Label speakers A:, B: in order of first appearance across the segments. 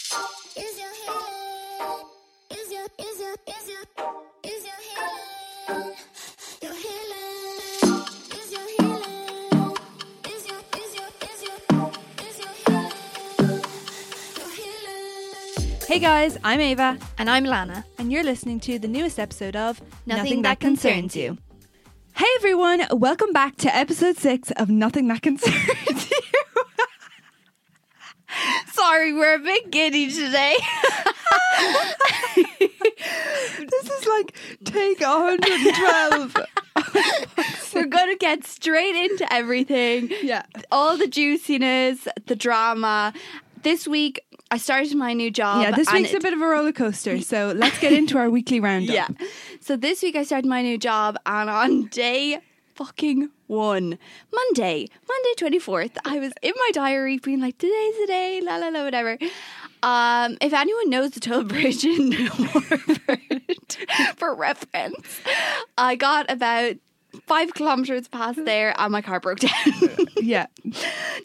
A: Is your head? Is your is your is your is your healing? Your healing is your healing. Is your is your is your is your healing? Your healing.
B: Hey guys, I'm Ava,
C: And I'm Lana.
B: and you're listening to the newest episode of
C: Nothing That Concerns You.
B: Hey everyone, welcome back to episode six of Nothing That Concerns You.
C: Sorry, we're a bit giddy today.
B: this is like take 112.
C: we're going to get straight into everything.
B: yeah.
C: All the juiciness, the drama. This week, I started my new job.
B: Yeah, this
C: and
B: week's a bit of a roller coaster, so let's get into our weekly roundup.
C: Yeah. So this week I started my new job, and on day fucking one, Monday, Monday 24th, I was in my diary being like, today's the day, la la la, whatever. Um, if anyone knows the toll bridge in Waterford, for reference, I got about five kilometers past there and my car broke down.
B: Yeah.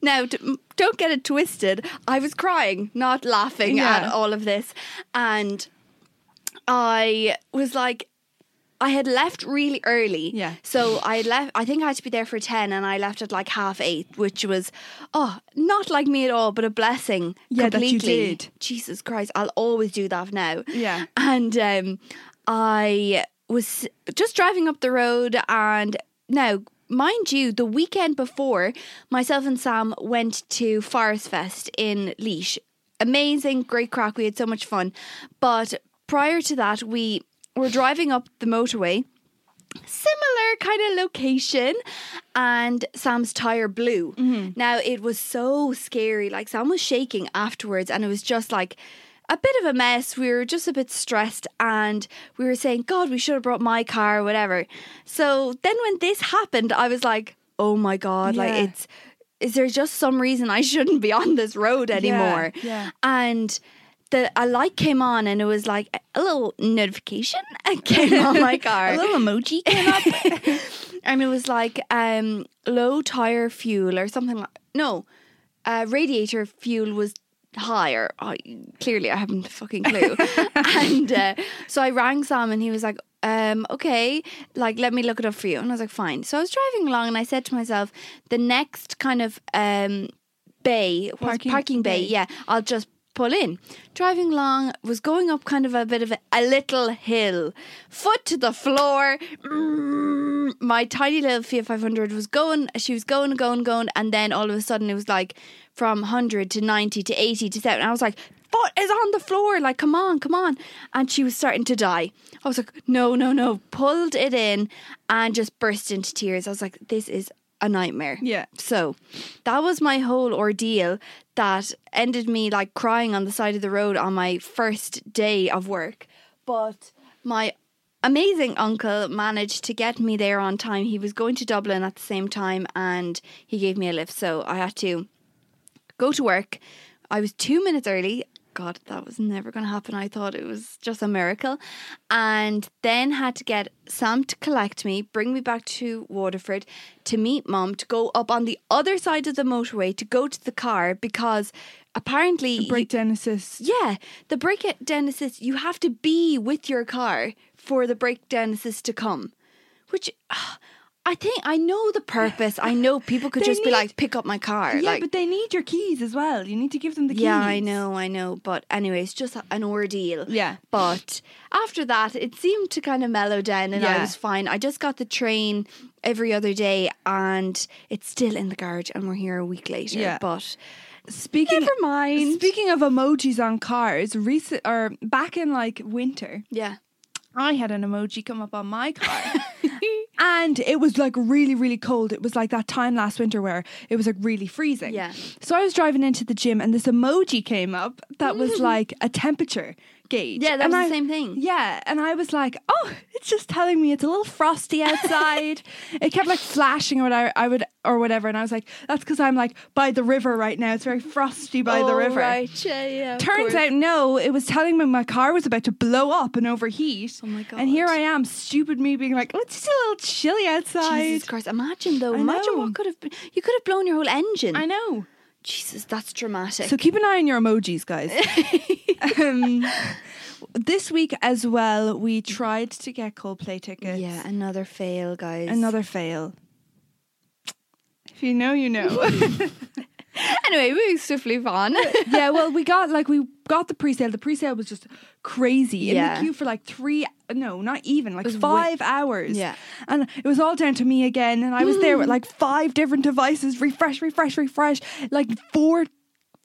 C: Now, d- don't get it twisted. I was crying, not laughing
B: Yeah.
C: at all of this. And I was like, I had left really early.
B: Yeah.
C: So I had left, I think I had to be there for 10 and I left at like half eight, which was, oh, not like me at all, but a blessing.
B: Yeah, that you
C: completely.
B: did.
C: Jesus Christ, I'll always do that now.
B: Yeah.
C: And um, I was just driving up the road, and now, mind you, the weekend before, myself and Sam went to Forest Fest in Leash. Amazing, great crack. We had so much fun. But prior to that, we were driving up the motorway similar kind of location and Sam's tire blew. Now it was so scary. Like Sam was shaking afterwards and it was just like a bit of a mess. We were just a bit stressed and we were saying, God, we should have brought my car or whatever. So then when this happened, I was like, oh my God, like
B: Yeah.
C: it's is there just some reason I shouldn't be on this road anymore?
B: yeah.
C: And the a light came on and it was like a- a little notification came on my car.
B: A little emoji came up.
C: and it was like um, low tire fuel or something like no uh, radiator fuel was higher I, clearly i haven't a fucking clue and uh, so i rang sam and he was like um, okay like let me look it up for you and i was like fine so i was driving along and i said to myself the next kind of um, bay was
B: Parking
C: parking, bay,
B: bay.
C: yeah i'll just pull in driving along was going up kind of a bit of a, a little hill foot to the floor Mm, my tiny little fiat 500 was going she was going going going and then all of a sudden it was like from 100 to 90 to 80 to 70 i was like foot is on the floor like come on come on and she was starting to die i was like no no no pulled it in and just burst into tears i was like this is a nightmare
B: Yeah.
C: so that was my whole ordeal that ended me like crying on the side of the road on my first day of work. But my amazing uncle managed to get me there on time. He was going to Dublin at the same time and he gave me a lift. So I had to go to work. I was two minutes early. God, that was never going to happen. I thought it was just a miracle. And then had to get Sam to collect me, bring me back to Waterford to meet mum, to go up on the other side of the motorway to go to the car because apparently. you-
B: Breakdown assist.
C: yeah, the breakdown assist, you have to be with your car for the breakdown assist to come, which. ah, I think I know the purpose. I know people could
B: They
C: just be
B: need-
C: like, pick up my car.
B: Yeah,
C: like,
B: but they need your keys as well. You need to give them the keys.
C: yeah, I know, I know. But anyway, it's just an ordeal.
B: Yeah.
C: But after that, it seemed to kind of mellow down and I
B: Yeah.
C: was fine. I just got the train every other day and it's still in the garage and we're here a week later.
B: Yeah.
C: But
B: Speaking
C: never mind.
B: Speaking of emojis on cars, recent or back in like winter,
C: yeah.
B: I had an emoji come up on my car. and it was like really, really cold. It was like that time last winter where it was like really freezing.
C: Yeah.
B: So I was driving into the gym and this emoji came up that was like a temperature gauge.
C: Yeah, that
B: And
C: was
B: I-
C: the same thing.
B: Yeah. And I was like, oh, it's just telling me it's a little frosty outside. it kept like flashing or whatever I would or whatever. And I was like, that's because I'm like by the river right now. It's very frosty by the
C: Oh,
B: river.
C: Right. Yeah, yeah, of
B: Turns
C: course.
B: out, no, it was telling me my car was about to blow up and overheat.
C: Oh my
B: And here
C: God.
B: I am, stupid me, being like, oh, it's just a little chilly outside.
C: Jesus Christ. Imagine though.
B: I
C: imagine
B: know.
C: what could have been. You could have blown your whole engine.
B: I know.
C: Jesus, that's dramatic.
B: So keep an eye on your emojis, guys. um, this week as well, we tried to get Coldplay tickets.
C: Yeah, another fail, guys.
B: Another fail. If you know, you know.
C: Anyway, moving swiftly on.
B: yeah, well, we got like we got the pre-sale. The pre-sale was just crazy. In
C: Yeah.
B: the queue for like three, no, not even like
C: was
B: five hours.
C: Yeah.
B: and it was all down to me again. And I was there with like five different devices, refresh, refresh, refresh, like four,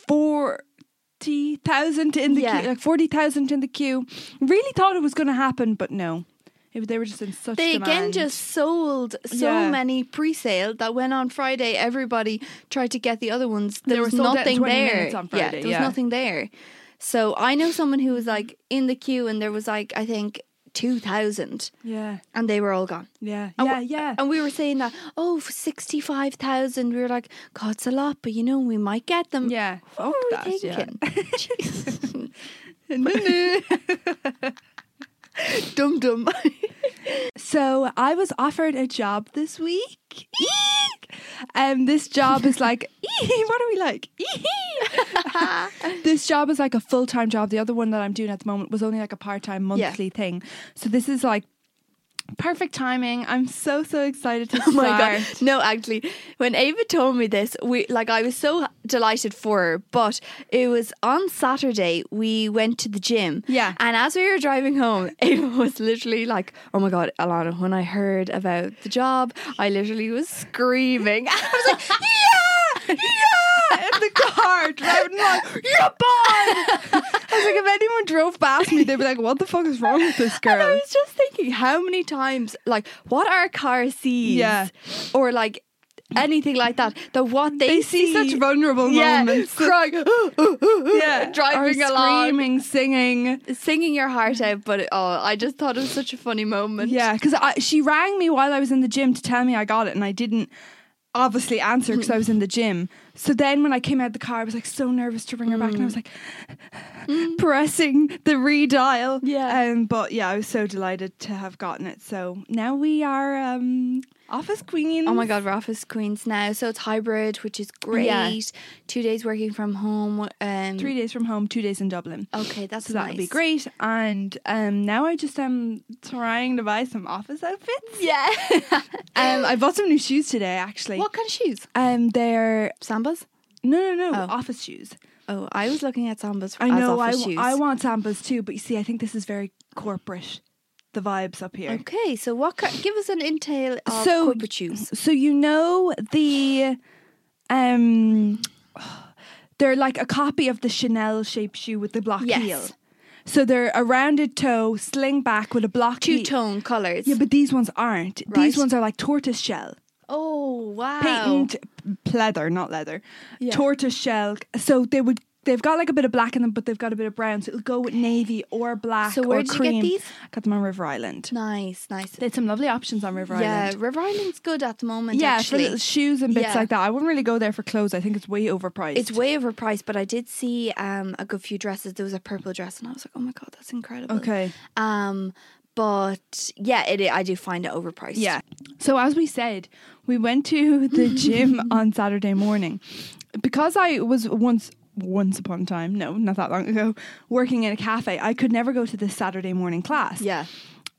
B: forty thousand in the
C: Yeah.
B: queue, like forty thousand in the queue. Really thought it was going to happen, but no, it, they were just in such.
C: They again
B: demand.
C: just sold so
B: Yeah.
C: many pre-sale that when on Friday everybody tried to get the other ones, there
B: were
C: was
B: sold out in
C: nothing
B: 20
C: there.
B: minutes on
C: yeah,
B: Friday,
C: there was
B: yeah. Mm-hmm.
C: nothing there. So I know someone who was like in the queue, and there was like I think two thousand,
B: yeah,
C: and they were all gone.
B: yeah,
C: And
B: yeah,
C: w-
B: yeah.
C: And we were saying that oh, for sixty-five thousand, we were like, God, it's a lot, but you know we might get them.
B: Yeah,
C: What
B: fuck
C: were we
B: that, yeah.
C: thinking? Jeez. dum dum.
B: So I was offered a job this week. um, this job is like, what are we like? this job is like a full time job. The other one that I'm doing at the moment was only like a part time
C: Yeah.
B: monthly thing. So this is like perfect timing. I'm so so excited to
C: Oh
B: start.
C: my god! No, actually, when Ava told me this, we like I was so delighted for her. But it was on Saturday we went to the gym.
B: Yeah.
C: and as we were driving home, Ava was literally like, "Oh my god, Alana!" When I heard about the job, I literally was screaming. I was like, "Yeah, yeah!"
B: In the car, driving like, you're banned. I was like, if anyone drove past me, they'd be like, what the fuck is wrong with this
C: And I
B: girl?
C: was just thinking, how many times, like, what are car sees?
B: Yeah.
C: or like anything like that. That what they,
B: They see such vulnerable
C: yeah,
B: moments.
C: crying,
B: Yeah,
C: driving
B: or
C: along,
B: screaming, singing.
C: singing your heart out. But it, oh, I just thought it was such a funny moment.
B: Yeah, because she rang me while I was in the gym to tell me I got it, and I didn't obviously answer because I was in the gym. So then when I came out of the car, I was like so nervous to ring her back, and I was like pressing the redial.
C: Mm. Yeah.
B: Um, but yeah, I was so delighted to have gotten it. So now we are um, office queen.
C: Oh my God, we're office queens now, so it's hybrid, which is great.
B: Yeah.
C: Two days working from home. Um,
B: Three days from home, two days in Dublin.
C: Okay, that's
B: So that would be
C: Oh, nice.
B: great. And um, now I just am trying to buy some office outfits.
C: Yeah.
B: Um, I bought some new shoes today, actually.
C: what kind of shoes?
B: Um, they're
C: Sambas.
B: No, no, no.
C: Oh.
B: Office shoes.
C: Oh, I was looking at sambas.
B: I
C: as
B: know. I,
C: Office
B: w-
C: shoes.
B: I want sambas too, but you see, I think this is very corporate. The vibes up here.
C: Okay, so what? Ki- give us an intel of
B: So-
C: corporate shoes.
B: So you know the, um, they're like a copy of the Chanel shaped shoe with the block
C: Yes.
B: heel. So they're a rounded toe, sling back with a block
C: Two
B: heel.
C: tone colors.
B: Yeah, but these ones aren't.
C: Right.
B: These ones are like tortoise shell.
C: oh wow!
B: patent pleather, not leather,
C: Yeah.
B: tortoise shell. So they would. They've got like a bit of black in them, but they've got a bit of brown. So it'll go with navy or black.
C: So where
B: or
C: did you get
B: cream.
C: these?
B: I got them on River Island.
C: Nice, nice.
B: They had some lovely options on River
C: yeah,
B: Island.
C: River Island's good at the moment.
B: Yeah, for
C: actually,
B: little shoes and bits
C: Yeah.
B: like that. I wouldn't really go there for clothes. I think it's way overpriced.
C: it's way overpriced, but I did see um a good few dresses. There was a purple dress, and I was like, oh my god, that's incredible.
B: okay.
C: Um, but yeah, it I do find it overpriced.
B: Yeah. So as we said, we went to the gym on Saturday morning because I was once once upon a time, no, not that long ago, working in a cafe. I could never go to this Saturday morning class.
C: yeah.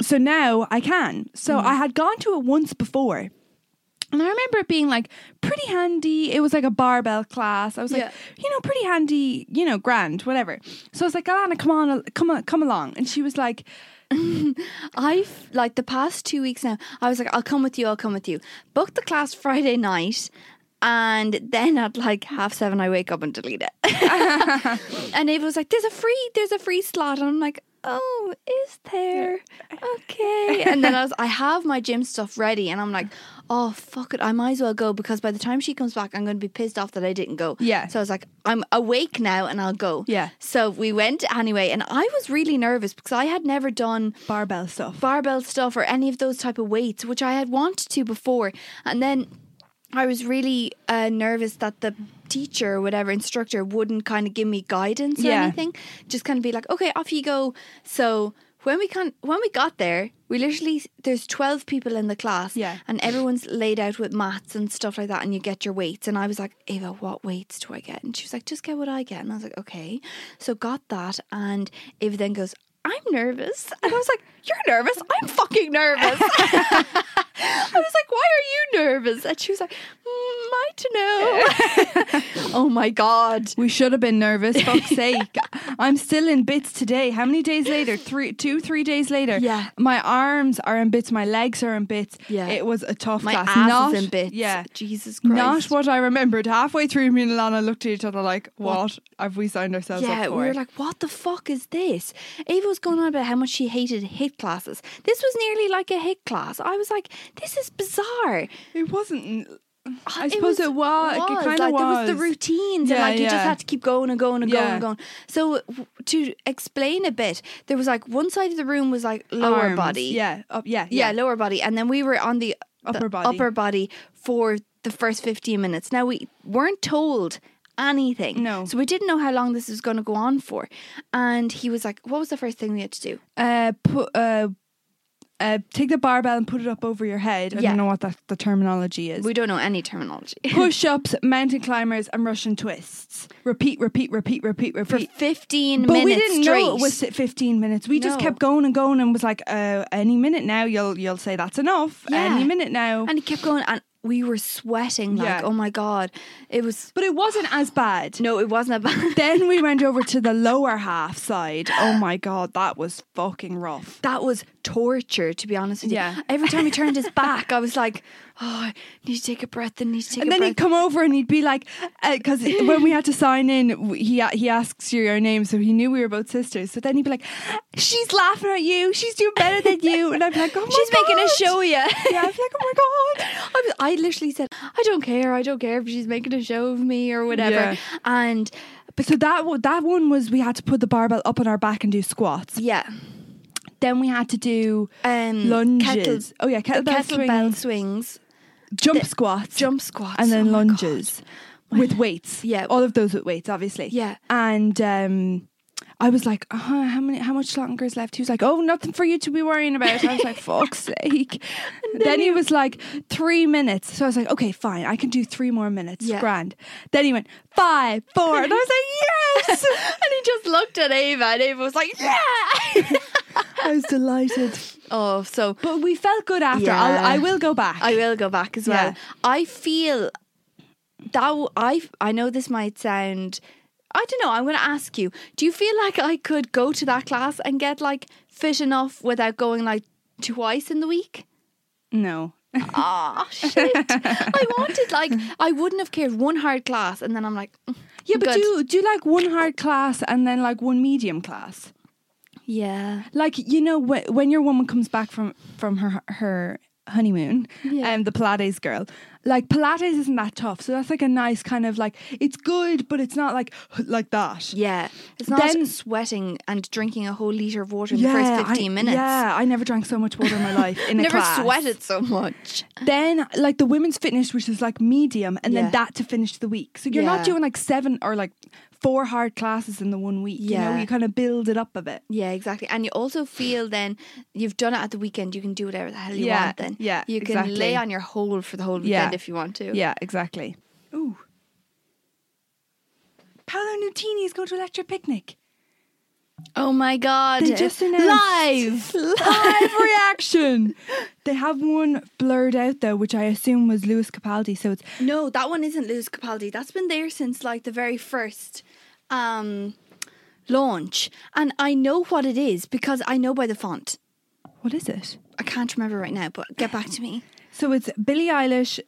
B: So now I can.
C: Mm.
B: So I had gone to it once before. And I remember it being like pretty handy. It was like a barbell class. I was like,
C: Yeah.
B: you know, pretty handy, you know, grand, whatever. So I was like, Alana, come on, come on, come along. And she was like,
C: I've like the past two weeks now. I was like, I'll come with you. I'll come with you. Booked the class Friday night, and then at like half seven, I wake up and delete it. and Ava was like, "There's a free, there's a free slot," and I'm like, "Oh, is there? Okay." And then I was, I have my gym stuff ready, and I'm like, "Oh fuck it, I might as well go because by the time she comes back, I'm going to be pissed off that I didn't go."
B: Yeah.
C: So I was like, "I'm awake now, and I'll go."
B: Yeah.
C: So we went anyway, and I was really nervous because I had never done
B: barbell stuff.
C: barbell stuff or any of those type of weights, which I had wanted to before. And then I was really uh, nervous that the teacher or whatever instructor wouldn't kind of give me guidance or
B: Yeah.
C: anything, just kind of be like, okay, off you go. So when we con- when we got there, we literally there's twelve people in the class,
B: Yeah.
C: and everyone's laid out with mats and stuff like that, and you get your weights. And I was like, Ava, what weights do I get? And she was like, just get what I get. And I was like, okay. So got that, and Ava then goes, I'm nervous, and I was like, you're nervous? I'm fucking nervous. I was like, why are you nervous? And she was like, mm, I to know. oh my god.
B: We should have been nervous, fuck's sake. I'm still in bits today. How many days later? Three, two, three days later.
C: Yeah.
B: My arms are in bits. My legs are in bits.
C: Yeah.
B: It was a tough
C: My
B: class.
C: ass
B: not,
C: is in bits.
B: Yeah.
C: Jesus Christ.
B: Not what I remembered. Halfway through, me and Alana looked at each other like, "What, have we signed ourselves
C: yeah,
B: up for?"
C: we were like, what the fuck is this? Ava was going on about how much she hated hit classes. This was nearly like a hit class. I was like, this is bizarre.
B: it wasn't. I
C: It
B: suppose it was. It, kind of
C: like, There
B: was.
C: was the routines, and
B: Yeah,
C: like you
B: yeah.
C: just had to keep going and going and going
B: Yeah.
C: and going. So w- to explain a bit, there was like one side of the room was like lower
B: Arms.
C: body,
B: Yeah, up, yeah,
C: yeah,
B: yeah,
C: lower body, and then we were on the the
B: Upper body.
C: upper body for the first fifteen minutes. Now we weren't told anything,
B: No.
C: so we didn't know how long this was going to go on for. And he was like, "What was the first thing we had to do?"
B: Uh, put uh, uh, take the barbell and put it up over your head. I
C: Yeah.
B: don't know what that the terminology is.
C: We don't know any terminology
B: Push ups, mountain climbers, and Russian twists. Repeat, repeat, repeat, repeat,
C: for
B: repeat.
C: fifteen
B: But
C: minutes
B: we didn't
C: straight.
B: know it was si- fifteen minutes. We just
C: No.
B: kept going and going and was like, uh, "Any minute now, you'll you'll say that's enough.
C: Yeah.
B: Any minute now."
C: and he kept going, and we were sweating like,
B: Yeah.
C: "Oh my god!" It was
B: but it wasn't as bad.
C: no, it wasn't a bad.
B: Then we went over to the lower half side. Oh my god, that was fucking rough.
C: that was torture, to be honest with
B: Yeah.
C: you. Every time he turned his back, I was like, "Oh, I need to take a breath. and need to take
B: And
C: a
B: then
C: breath."
B: he'd come over and he'd be like, because when we had to sign in, w- he a- he asks you your name, so he knew we were both sisters. So then he'd be like, "She's laughing at you. She's doing better than you." And I'd be like, "Oh my
C: She's making a
B: God."
C: show, yeah.
B: Yeah, I'd be like, "Oh my god."
C: I, was, I literally said, I don't care, I don't care if she's making a show of me or whatever.
B: Yeah.
C: And
B: But so that wa- that one was we had to put the barbell up on our back and do squats.
C: yeah,
B: Then we had to do
C: um,
B: lunges.
C: kettle-
B: oh yeah, kettlebell,
C: kettlebell
B: swings,
C: swings,
B: jump squats,
C: jump squats,
B: and
C: Oh
B: then
C: my God.
B: lunges with weights.
C: Yeah.
B: all of those with weights, obviously.
C: Yeah.
B: and um, I was like, uh how many, how much longer is left? He was like, oh, nothing for you to be worrying about. I was like, fuck's sake. Then, he was like, three minutes. So I was like, okay, fine, I can do three more minutes.
C: Yeah.
B: Grand. Then he went five, four, and I was like, yes.
C: and he just looked at Ava, and Ava was like, "Yeah."
B: I was delighted.
C: oh, so
B: But we felt good after.
C: Yeah.
B: I'll, I will go back.
C: I will go back as well.
B: Yeah.
C: I feel that w- I I know this might sound I don't know. I'm going to ask you. Do you feel like I could go to that class and get like fit enough without going like twice in the week?
B: no.
C: Oh shit! I wanted like I wouldn't have cared one hard class, and then I'm like, mm,
B: Yeah, but
C: good.
B: do do like one hard class and then like one medium class.
C: yeah,
B: Like you know wh- when your woman comes back from from her her honeymoon,
C: Yeah.
B: um, the Pilates girl. Like Pilates isn't that tough, so that's like a nice kind of like it's good, but it's not like like that.
C: yeah. It's not
B: Then-
C: sweating and drinking a whole liter of water in the first fifteen
B: I,
C: minutes.
B: Yeah, I never drank so much water in my life. In a
C: Never
B: class.
C: sweated so much.
B: then like the women's fitness which is like medium and
C: Yeah.
B: then that to finish the week so you're
C: Yeah.
B: not doing like seven or like four hard classes in the one week you
C: Yeah.
B: know you kind of build it up a bit
C: Yeah, exactly. And you also feel then you've done it at the weekend. You can do whatever the hell you
B: Yeah,
C: want. Then
B: yeah,
C: you can
B: exactly.
C: lay on your hole for the whole
B: Yeah.
C: weekend if you want to.
B: yeah exactly ooh Paolo Nutini is going to a lecture picnic
C: Oh my god!
B: they just announced
C: live.
B: live reaction they have one blurred out though which I assume was Lewis Capaldi so it's
C: No, that one isn't Lewis Capaldi. That's been there since like the very first um launch, and I know what it is because I know by the font.
B: what is it
C: I can't remember right now, but get back to me.
B: so it's Billie Eilish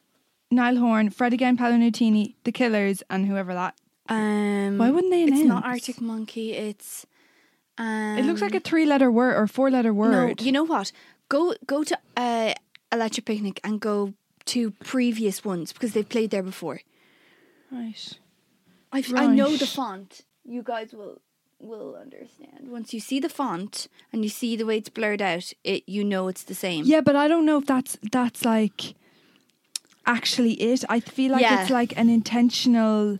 B: Niall Horn Fred again Paolo Nutini The Killers and whoever that
C: Um,
B: Why wouldn't they
C: It's not
B: announce?
C: Arctic Monkey. It's um,
B: It looks like a three letter word or four letter word.
C: No, you know what? Go go to uh, Electric Picnic and go to previous ones because they've played there before.
B: right.
C: i I know the
B: Right.
C: font. You guys will will understand once you see the font and you see the way it's blurred out. It you know it's the same.
B: Yeah, but I don't know if that's that's like actually it. I feel like
C: Yeah.
B: it's like an intentional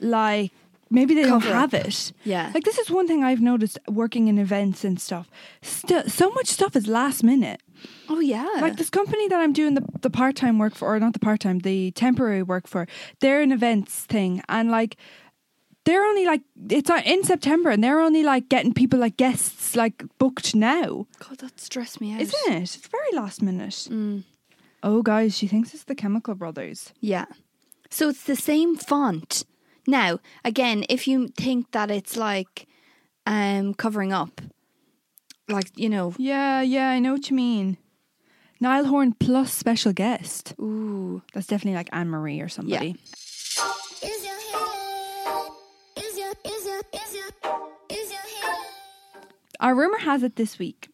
B: like maybe they don't
C: Cover up.
B: have it.
C: Yeah.
B: Like this is one thing I've noticed working in events and stuff. Still, so much stuff is last minute.
C: Oh yeah.
B: Like this company that I'm doing the, the part time work for, or not the part time, the temporary work for, they're an events thing. And like, they're only like, it's uh, in September and they're only like getting people like guests like booked now.
C: God, that stressed me out.
B: Isn't it? It's very last minute. Oh, guys, she thinks it's the Chemical Brothers.
C: Yeah. So it's the same font. Now, again, if you think that it's like um covering up, like, you know,
B: Yeah, yeah, I know what you mean. Niall Horn plus special guest.
C: ooh,
B: That's definitely like Anne Marie or somebody.
A: Is your head? Is your is your is your is your head?
B: Our rumor has it this week.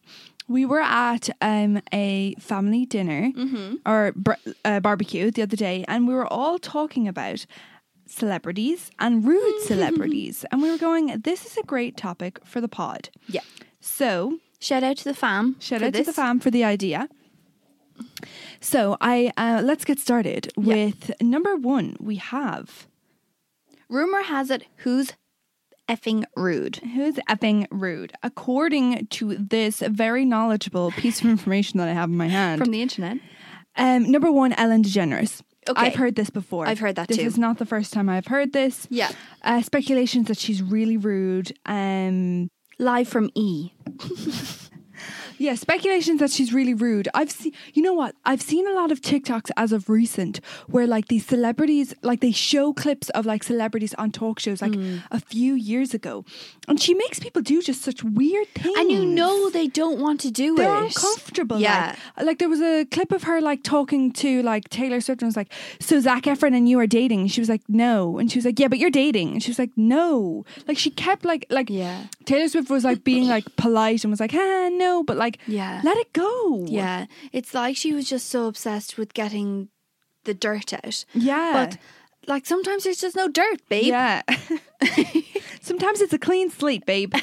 B: We were at um, a family dinner or br- uh, barbecue the other day, and we were all talking about celebrities and rude celebrities. And we were going, This is a great topic for the pod.
C: yeah.
B: So
C: Shout out to the fam.
B: Shout
C: for
B: out
C: this.
B: to the fam for the idea. So I uh, let's get started with number one. We have
C: Rumor has it who's effing rude.
B: who's effing rude, according to this very knowledgeable piece of information that I have in my hand.
C: From the internet.
B: um, number one, Ellen DeGeneres.
C: Okay.
B: I've heard this before.
C: I've heard that
B: this
C: too.
B: is not the first time I've heard this.
C: Yeah.
B: Uh, speculations that she's really rude. Um,
C: Live from E.
B: Yeah, speculations that she's really rude. I've seen, you know what? I've seen a lot of TikToks as of recent where like these celebrities, like they show clips of like celebrities on talk shows like
C: Mm.
B: a few years ago. And she makes people do just such weird things.
C: And you know they don't want to do
B: They're
C: it.
B: uncomfortable.
C: Yeah.
B: Like. like there was a clip of her like talking to like Taylor Swift and was like, So Zach Efron and you are dating. And she was like, No. And she was like, Yeah, but you're dating. And she was like, No. Like she kept like like
C: Yeah.
B: Taylor Swift was like being like polite and was like, ah, no, but like
C: Yeah.
B: let it go.
C: Yeah. It's like she was just so obsessed with getting the dirt out.
B: Yeah.
C: But like sometimes there's just no dirt, babe.
B: yeah. Sometimes it's a clean slate, babe.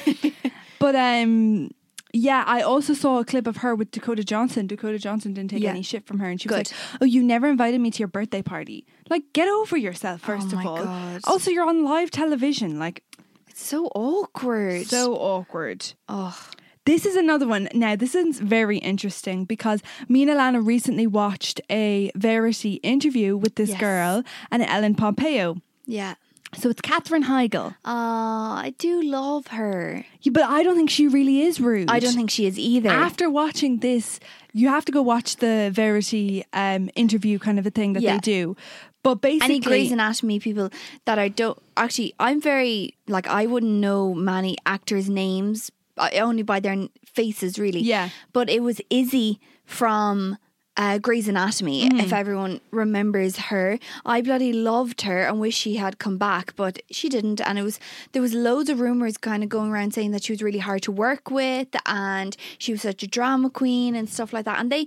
B: but um yeah, I also saw a clip of her with Dakota Johnson. Dakota Johnson didn't take
C: Yeah.
B: any shit from her and she was
C: Good.
B: like, "Oh, you never invited me to your birthday party." Like, get over yourself first
C: Oh my
B: of all.
C: God.
B: Also, you're on live television, like
C: It's so awkward.
B: so awkward.
C: oh,
B: This is another one. Now, this is very interesting because me and Alana recently watched a Verity interview with this
C: Yes.
B: girl and Ellen Pompeo.
C: yeah.
B: So it's Catherine Heigl.
C: Oh, I do love her.
B: Yeah, But I don't think she really is rude.
C: I don't think she is either.
B: After watching this, you have to go watch the Verity um, interview kind of a thing that
C: Yeah.
B: they do. But
C: any Grey's
B: basically,
C: Anatomy people that I don't actually, I'm very like I wouldn't know many actors' names I- only by their n- faces, really.
B: Yeah.
C: But it was Izzy from uh, Grey's Anatomy,
B: Mm-hmm.
C: if everyone remembers her. I bloody loved her and wish she had come back, but she didn't. And it was there was loads of rumors kind of going around saying that she was really hard to work with and she was such a drama queen and stuff like that. And they.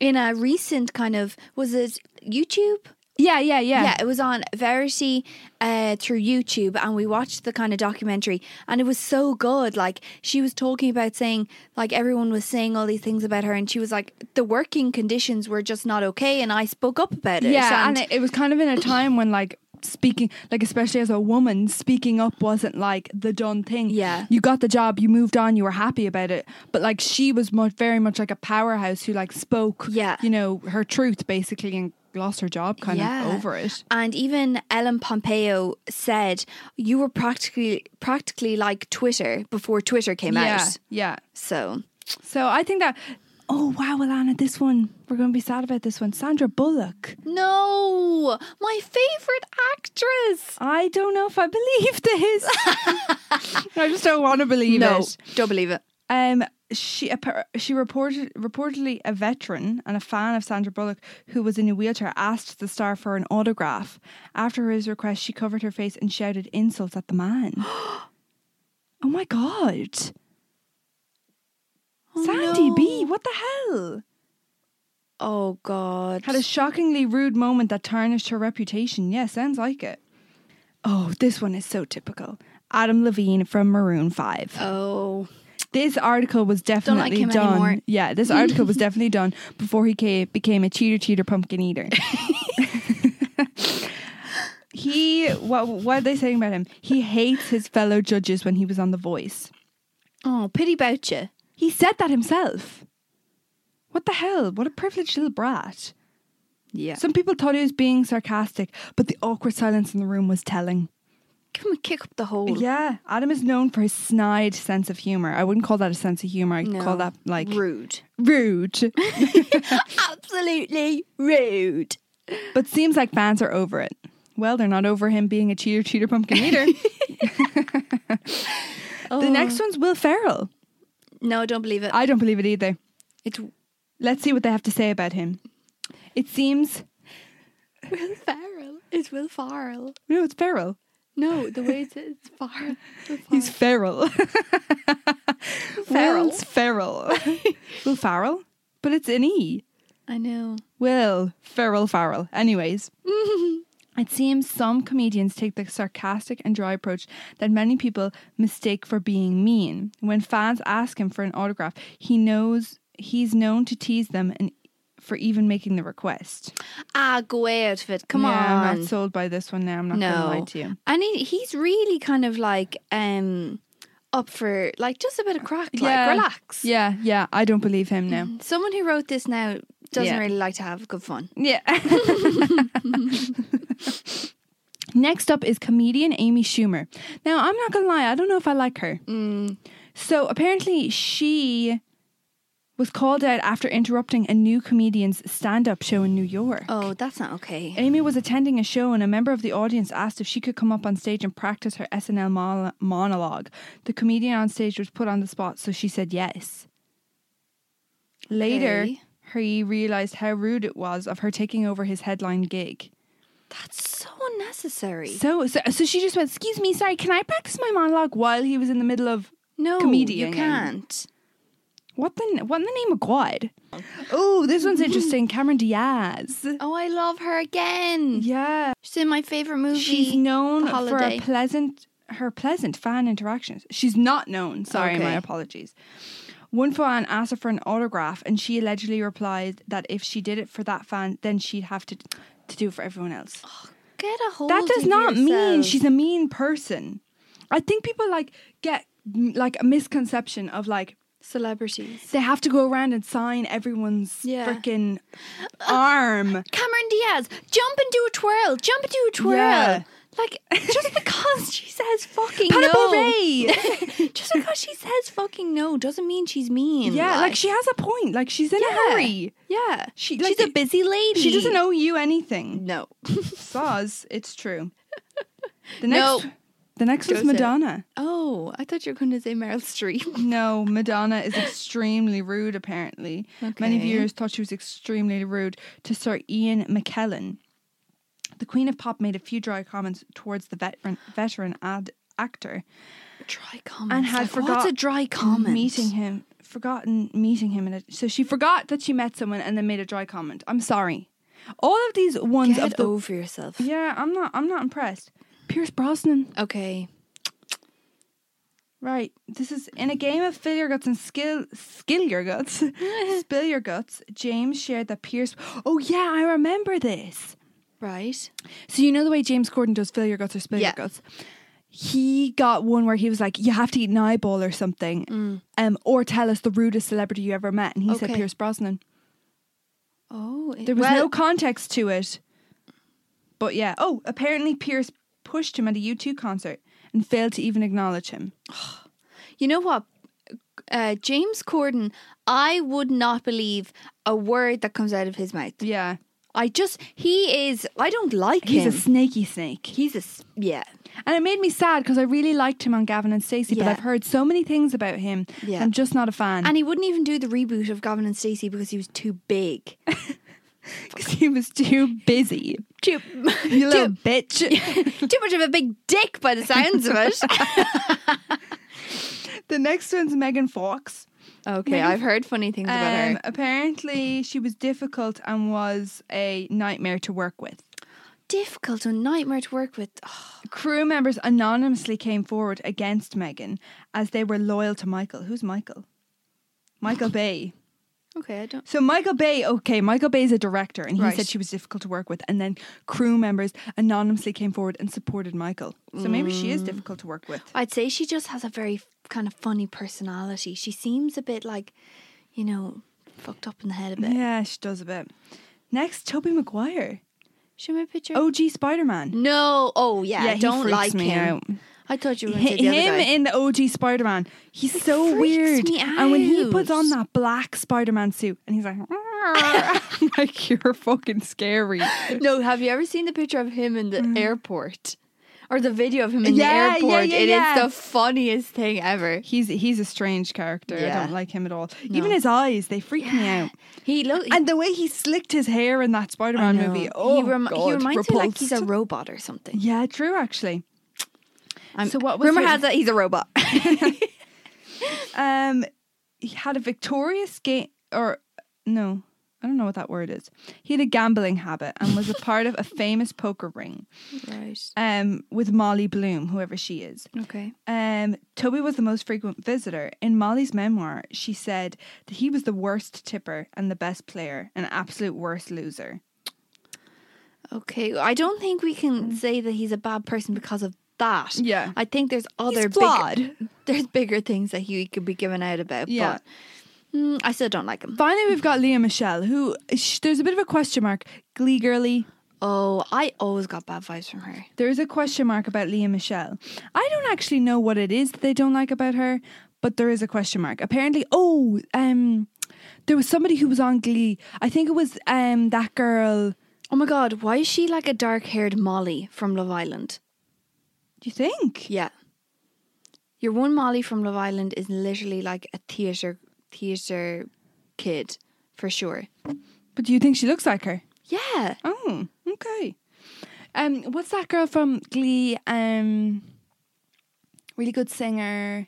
C: In a recent kind of was it YouTube?
B: yeah, yeah, yeah,
C: Yeah, it was on Verity uh, through YouTube, and we watched the kind of documentary, and it was so good. Like she was talking about saying, like everyone was saying all these things about her, and she was like, the working conditions were just not okay, and I spoke up about it.
B: yeah. And it, it was kind of in a time when like speaking, like especially as a woman, speaking up wasn't like the done thing.
C: Yeah.
B: you got the job, you moved on, you were happy about it. But like she was much, very much like a powerhouse who like spoke,
C: Yeah.
B: you know, her truth basically and lost her job kind
C: Yeah.
B: of over it.
C: And even Ellen Pompeo said you were practically practically like Twitter before Twitter came
B: Yeah,
C: out.
B: yeah.
C: So
B: So I think that. Oh wow, Alana, this one we're going to be sad about this one. Sandra Bullock.
C: no, my favorite actress.
B: I don't know if I believe this. I just don't want to believe
C: No,
B: it.
C: don't believe it.
B: Um, she appa- she reported reportedly a veteran and a fan of Sandra Bullock who was in a wheelchair asked the star for an autograph. After his request, she covered her face and shouted insults at the man. oh my god. Sandy B, what the hell?
C: Oh God.
B: Had a shockingly rude moment that tarnished her reputation. Yeah, sounds like it. Oh, this one is so typical. Adam Levine from Maroon 5.
C: Oh,
B: This article was
C: like
B: definitely
C: him
B: done.
C: anymore.
B: Yeah, this article was definitely done before he ca- became a cheater, cheater, pumpkin eater. he he what what are they saying about him? He hates his fellow judges when he was on The Voice.
C: Oh, pity about you.
B: He said that himself. What the hell? What a privileged little brat.
C: Yeah. So
B: Some people thought he was being sarcastic, but the awkward silence in the room was telling.
C: give him a kick up the hole.
B: Yeah, Adam is known for his snide sense of humor. I wouldn't call that a sense of humor. I'd
C: No.
B: call that like
C: rude.
B: rude.
C: Absolutely rude.
B: but seems like fans are over it. Well, they're not over him being a cheater, cheater pumpkin either. The next one's Will Ferrell.
C: No, I don't believe it.
B: I don't believe it either.
C: it's
B: Let's see what they have to say about him. It seems
C: Will Farrell. It's Will Farrell.
B: no, it's Ferrell.
C: No, the way it's, it's Farrell.
B: He's feral.
C: Ferrell.
B: Will's feral. Will Farrell, but it's an E.
C: I know.
B: Will Ferrell Farrell. Anyways, it seems some comedians take the sarcastic and dry approach that many people mistake for being mean. When fans ask him for an autograph, he knows he's known to tease them and for even making the request.
C: Ah, go out of it. Come
B: Yeah,
C: on.
B: I'm not sold by this one now. I'm not
C: no.
B: going to lie to you.
C: And he, he's really kind of like um up for like just a bit of crack.
B: Yeah.
C: Like relax.
B: Yeah, yeah, I don't believe him now.
C: Someone who wrote this now doesn't
B: Yeah.
C: really like to have good fun.
B: Yeah. Next up is comedian Amy Schumer. Now, I'm not going to lie, I don't know if I like her.
C: Mm.
B: So, apparently, she was called out after interrupting a new comedian's stand up show in New York.
C: Oh, that's not okay.
B: Amy was attending a show and a member of the audience asked if she could come up on stage and practice her SNL mon- monologue. The comedian on stage was put on the spot, so she said yes. Later,
C: Okay.
B: he realized how rude it was of her taking over his headline gig.
C: That's so unnecessary.
B: So, so, so she just went, "Excuse me, sorry, can I practice my monologue?" While he was in the middle of
C: No,
B: Comedian eh?
C: you
B: and-
C: can't.
B: what the what in the name of God? Oh, this one's interesting. Cameron Diaz.
C: Oh, I love her again.
B: Yeah,
C: She's in my favorite movie.
B: She's known for
C: Holiday.
B: a pleasant her pleasant fan interactions. She's not known. Sorry, my
C: Okay.
B: apologies. One fan asked her for an autograph, and she allegedly replied that if she did it for that fan, then she'd have to to do it for everyone else.
C: Get a hold.
B: that does
C: of
B: not mean
C: yourself.
B: she's a mean person. I think people like get mm, like a misconception of like
C: celebrities.
B: they have to go around and sign everyone's
C: Yeah. Uh,
B: freaking arm.
C: Cameron Diaz, jump and do a twirl. Jump and do a twirl.
B: Yeah.
C: Like just because she says fucking no,
B: Patapourri!
C: just because she says fucking no doesn't mean she's mean.
B: yeah, like she has a point. Like she's in a
C: Yeah.
B: hurry.
C: yeah,
B: She- like,
C: she's a busy lady.
B: She doesn't owe you anything.
C: No,
B: Saws, it's true. The
C: No.
B: next, the next was
C: Goes it.
B: Madonna.
C: oh, I thought you were going to say Meryl Streep.
B: No, Madonna is extremely rude. Apparently, many
C: Okay.
B: viewers thought she was extremely rude to Sir Ian McKellen. The Queen of Pop made a few dry comments towards the veteran veteran ad actor,
C: Dry comment.
B: And had
C: like, What's
B: forgot
C: a dry comment?
B: meeting him, forgotten meeting him, in a, so she forgot that she met someone and then made a dry comment. I'm sorry. All of these ones
C: Get
B: of the
C: over yourself.
B: yeah, I'm not. I'm not impressed. Pierce Brosnan.
C: Okay.
B: Right. This is in a game of fill your guts and skill skill your guts. spill your guts. James shared that Pierce Oh yeah, I remember this.
C: Right.
B: So you know the way James Corden does fill your guts or spill
C: Yeah.
B: your guts? He got one where he was like, You have to eat an eyeball or something. Um, or tell us the rudest celebrity you ever met. And he said
C: Okay.
B: Pierce Brosnan.
C: Oh, it-
B: There was
C: well,
B: no context to it. But yeah. Oh, apparently Pierce pushed him at a U2 concert and failed to even acknowledge him.
C: You know what? Uh, James Corden, I would not believe a word that comes out of his mouth.
B: Yeah.
C: I just, he is, I don't like
B: He's
C: him.
B: a snaky snake.
C: he's a, s- yeah.
B: And it made me sad because I really liked him on Gavin and Stacey, but
C: Yeah.
B: I've heard so many things about him.
C: Yeah.
B: I'm just not a fan.
C: And he wouldn't even do the reboot of Gavin and Stacey because he was too big.
B: 'Cause he was too busy.
C: too,
B: You little
C: too,
B: bitch.
C: too much of a big dick by the sounds of it.
B: the next one's Megan Fox.
C: okay, I've heard funny things about
B: Um,
C: her.
B: apparently, she was difficult and was a nightmare to work with.
C: Difficult and nightmare to work with. Oh,
B: Crew members anonymously came forward against Megan as they were loyal to Michael. Who's Michael? Michael Bay.
C: Okay, I don't.
B: So Michael Bay, okay, Michael Bay is a director, and he
C: Right.
B: said she was difficult to work with. And then crew members anonymously came forward and supported Michael. So maybe she
C: Mm.
B: is difficult to work with.
C: I'd say she just has a very f- kind of funny personality. She seems a bit like, you know, fucked up in the head a bit.
B: Yeah, she does a bit. Next, Toby Maguire,
C: Show me a picture.
B: OG Spider Man.
C: no! Oh yeah, I
B: he
C: don't
B: freaks
C: like
B: me
C: him.
B: out.
C: I thought you were going to say
B: Hi-
C: the other
B: him
C: guy.
B: in the OG Spider Man. He's so
C: freaks
B: weird.
C: me
B: And when he puts
C: out.
B: on that black Spider Man suit and he's like, "I'm like you're fucking scary.
C: No, have you ever seen the picture of him in the airport? Or the video of him in
B: Yeah,
C: the
B: yeah,
C: airport?
B: yeah,
C: It is
B: yeah.
C: the funniest thing ever.
B: He's he's a strange character. I
C: Yeah.
B: don't like him at all.
C: No.
B: Even his eyes, they freak me out.
C: He looks
B: And the way he slicked his hair in that Spider Man movie. Oh,
C: he, rem-
B: God,
C: he reminds me like he's a
B: repulsed.
C: robot or something.
B: Yeah, true, actually.
C: I'm,
B: So what was
C: rumor
B: your-
C: has that he's a robot.
B: Um, he had a victorious game, or no, I don't know what that word is. He had a gambling habit and was a part of a famous poker ring.
C: right.
B: Um, with Molly Bloom, whoever she is.
C: Okay.
B: Um, Toby was the most frequent visitor. In Molly's memoir, she said that he was the worst tipper and the best player, an absolute worst loser.
C: Okay. I don't think we can say that he's a bad person because of that.
B: Mm. Yeah.
C: I think there's other bigger
B: flawed.
C: there's bigger things that he could be given out about.
B: Yeah.
C: But mm, I still don't like him.
B: Finally, we've got Leah Michelle, who sh- there's a bit of a question mark. Glee girly,
C: Oh, I always got bad vibes from her.
B: there is a question mark about Leah Michelle. I don't actually know what it is that they don't like about her, but there is a question mark. Apparently, oh, um, there was somebody who was on Glee. I think it was um that girl. Do
C: Oh my god, why is she like a dark haired Molly from Love Island?
B: you think?
C: Yeah. Your one Molly from Love Island is literally like a theatre theatre kid for sure.
B: But do you think she looks like her?
C: Yeah.
B: Oh, okay. Um, what's that girl from Glee? Um, really good singer.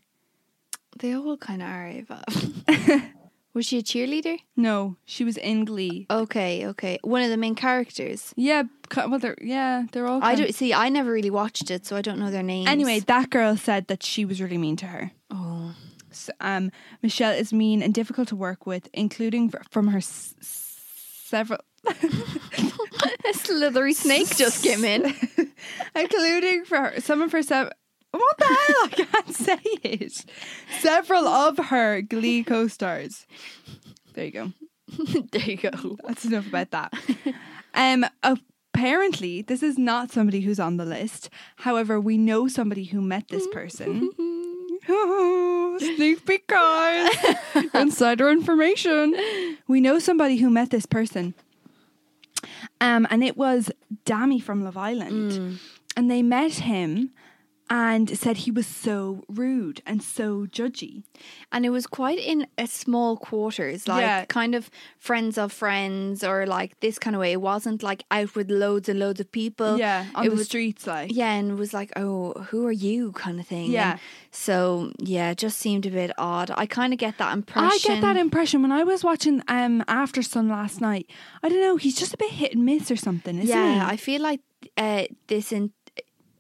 C: They all kinda are Ava. Was she a cheerleader?
B: No, she was in Glee.
C: Okay, okay. One of the main characters.
B: Yeah, ca- well, they're yeah, they're all.
C: I
B: kind of-
C: don't see I never really watched it, so I don't know their names.
B: Anyway, that girl said that she was really mean to her.
C: Oh.
B: S um, Michelle is mean and difficult to work with, including fr- from her s- s- several,
C: A slithery snake just came in.
B: including for her, some of her sev What the hell? I can't say it. Several of her Glee co-stars. There you go.
C: there you go.
B: That's enough about that. Um, apparently, this is not somebody who's on the list. However, we know somebody who met this person. Sneak peek, guys! Insider information. We know somebody who met this person. Um, and it was Dammy from Love Island, and they met him. And said he was so rude and so judgy.
C: and it was quite in a small quarters, like
B: Yeah.
C: kind of friends of friends or like this kind of way. It wasn't like out with loads and loads of people.
B: on
C: it
B: the
C: was.
B: streets, like
C: Yeah, and it was like, oh, who are you, kind of thing.
B: Yeah.
C: And so yeah, it just seemed a bit odd. I kind of get that impression.
B: I get that impression when I was watching um After Sun last night. I don't know, he's just a bit hit and miss or something, isn't he?
C: yeah, I feel like uh, this in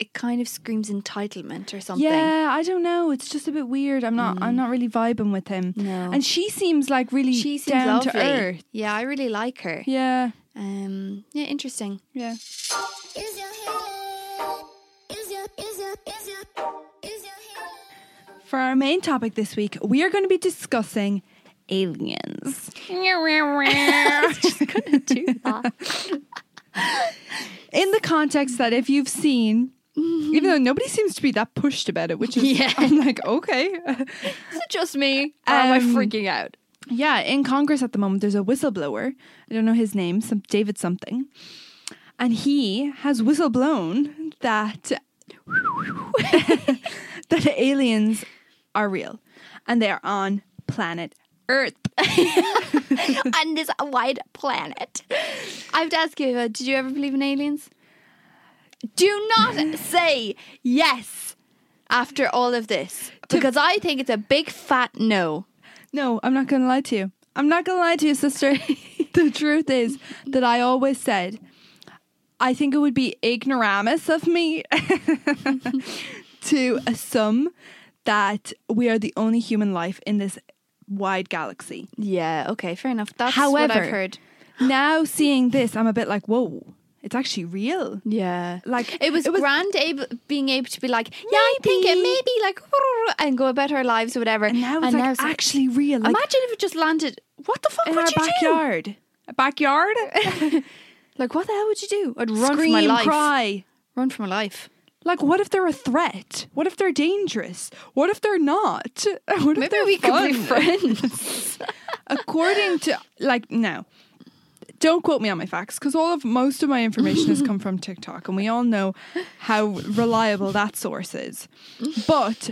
C: it kind of screams entitlement or something.
B: yeah, I don't know. It's just a bit weird. I'm not I'm not really vibing with him.
C: Mm. No.
B: And she seems like really
C: She seems
B: down
C: lovely.
B: to earth.
C: Yeah, I really like her.
B: Yeah.
C: Um, yeah, interesting.
B: Yeah.
A: Is your healing? Is your is your is your is your healing?
B: For our main topic this week, we are going to be discussing aliens. In the context that if you've seen Even though nobody seems to be that pushed about it, which is
C: Yeah.
B: I'm like, okay.
C: Is it just me? Or
B: am I
C: freaking out?
B: Yeah, in Congress at the moment, there's a whistleblower. I don't know his name, some David something, and he has whistleblown that that aliens are real, and they are on planet Earth.
C: on this wide planet. I have to ask you, uh, did you ever believe in aliens? Do not say yes after all of this because I think it's a big fat no.
B: No, I'm not going to lie to you. I'm not going to lie to you, sister. the truth is that I always said, I think it would be ignoramus of me to assume that we are the only human life in this wide galaxy.
C: Yeah, okay, fair enough. That's what
B: However-
C: I've heard.
B: Now seeing this, I'm a bit like, whoa, it's actually real.
C: Yeah.
B: Like
C: It was,
B: it was
C: grand able, being able to be like, yeah, I think it
B: Maybe.
C: may be like, and go about our lives or whatever.
B: and now it's like
C: it's like,
B: actually real. Like,
C: imagine if it just landed. What the fuck
B: in
C: would
B: our
C: you
B: backyard. A backyard?
C: do? Like, what the hell would you do? I'd run for my
B: Scream,
C: life.
B: cry.
C: Run for my life.
B: Like, what if they're a threat? What if they're dangerous? What if they're not? What if
C: Maybe
B: they're
C: we could be
B: fun?
C: friends.
B: According to, like, no. Don't quote me on my facts because all of most of my information has come from TikTok, and we all know how reliable that source is. But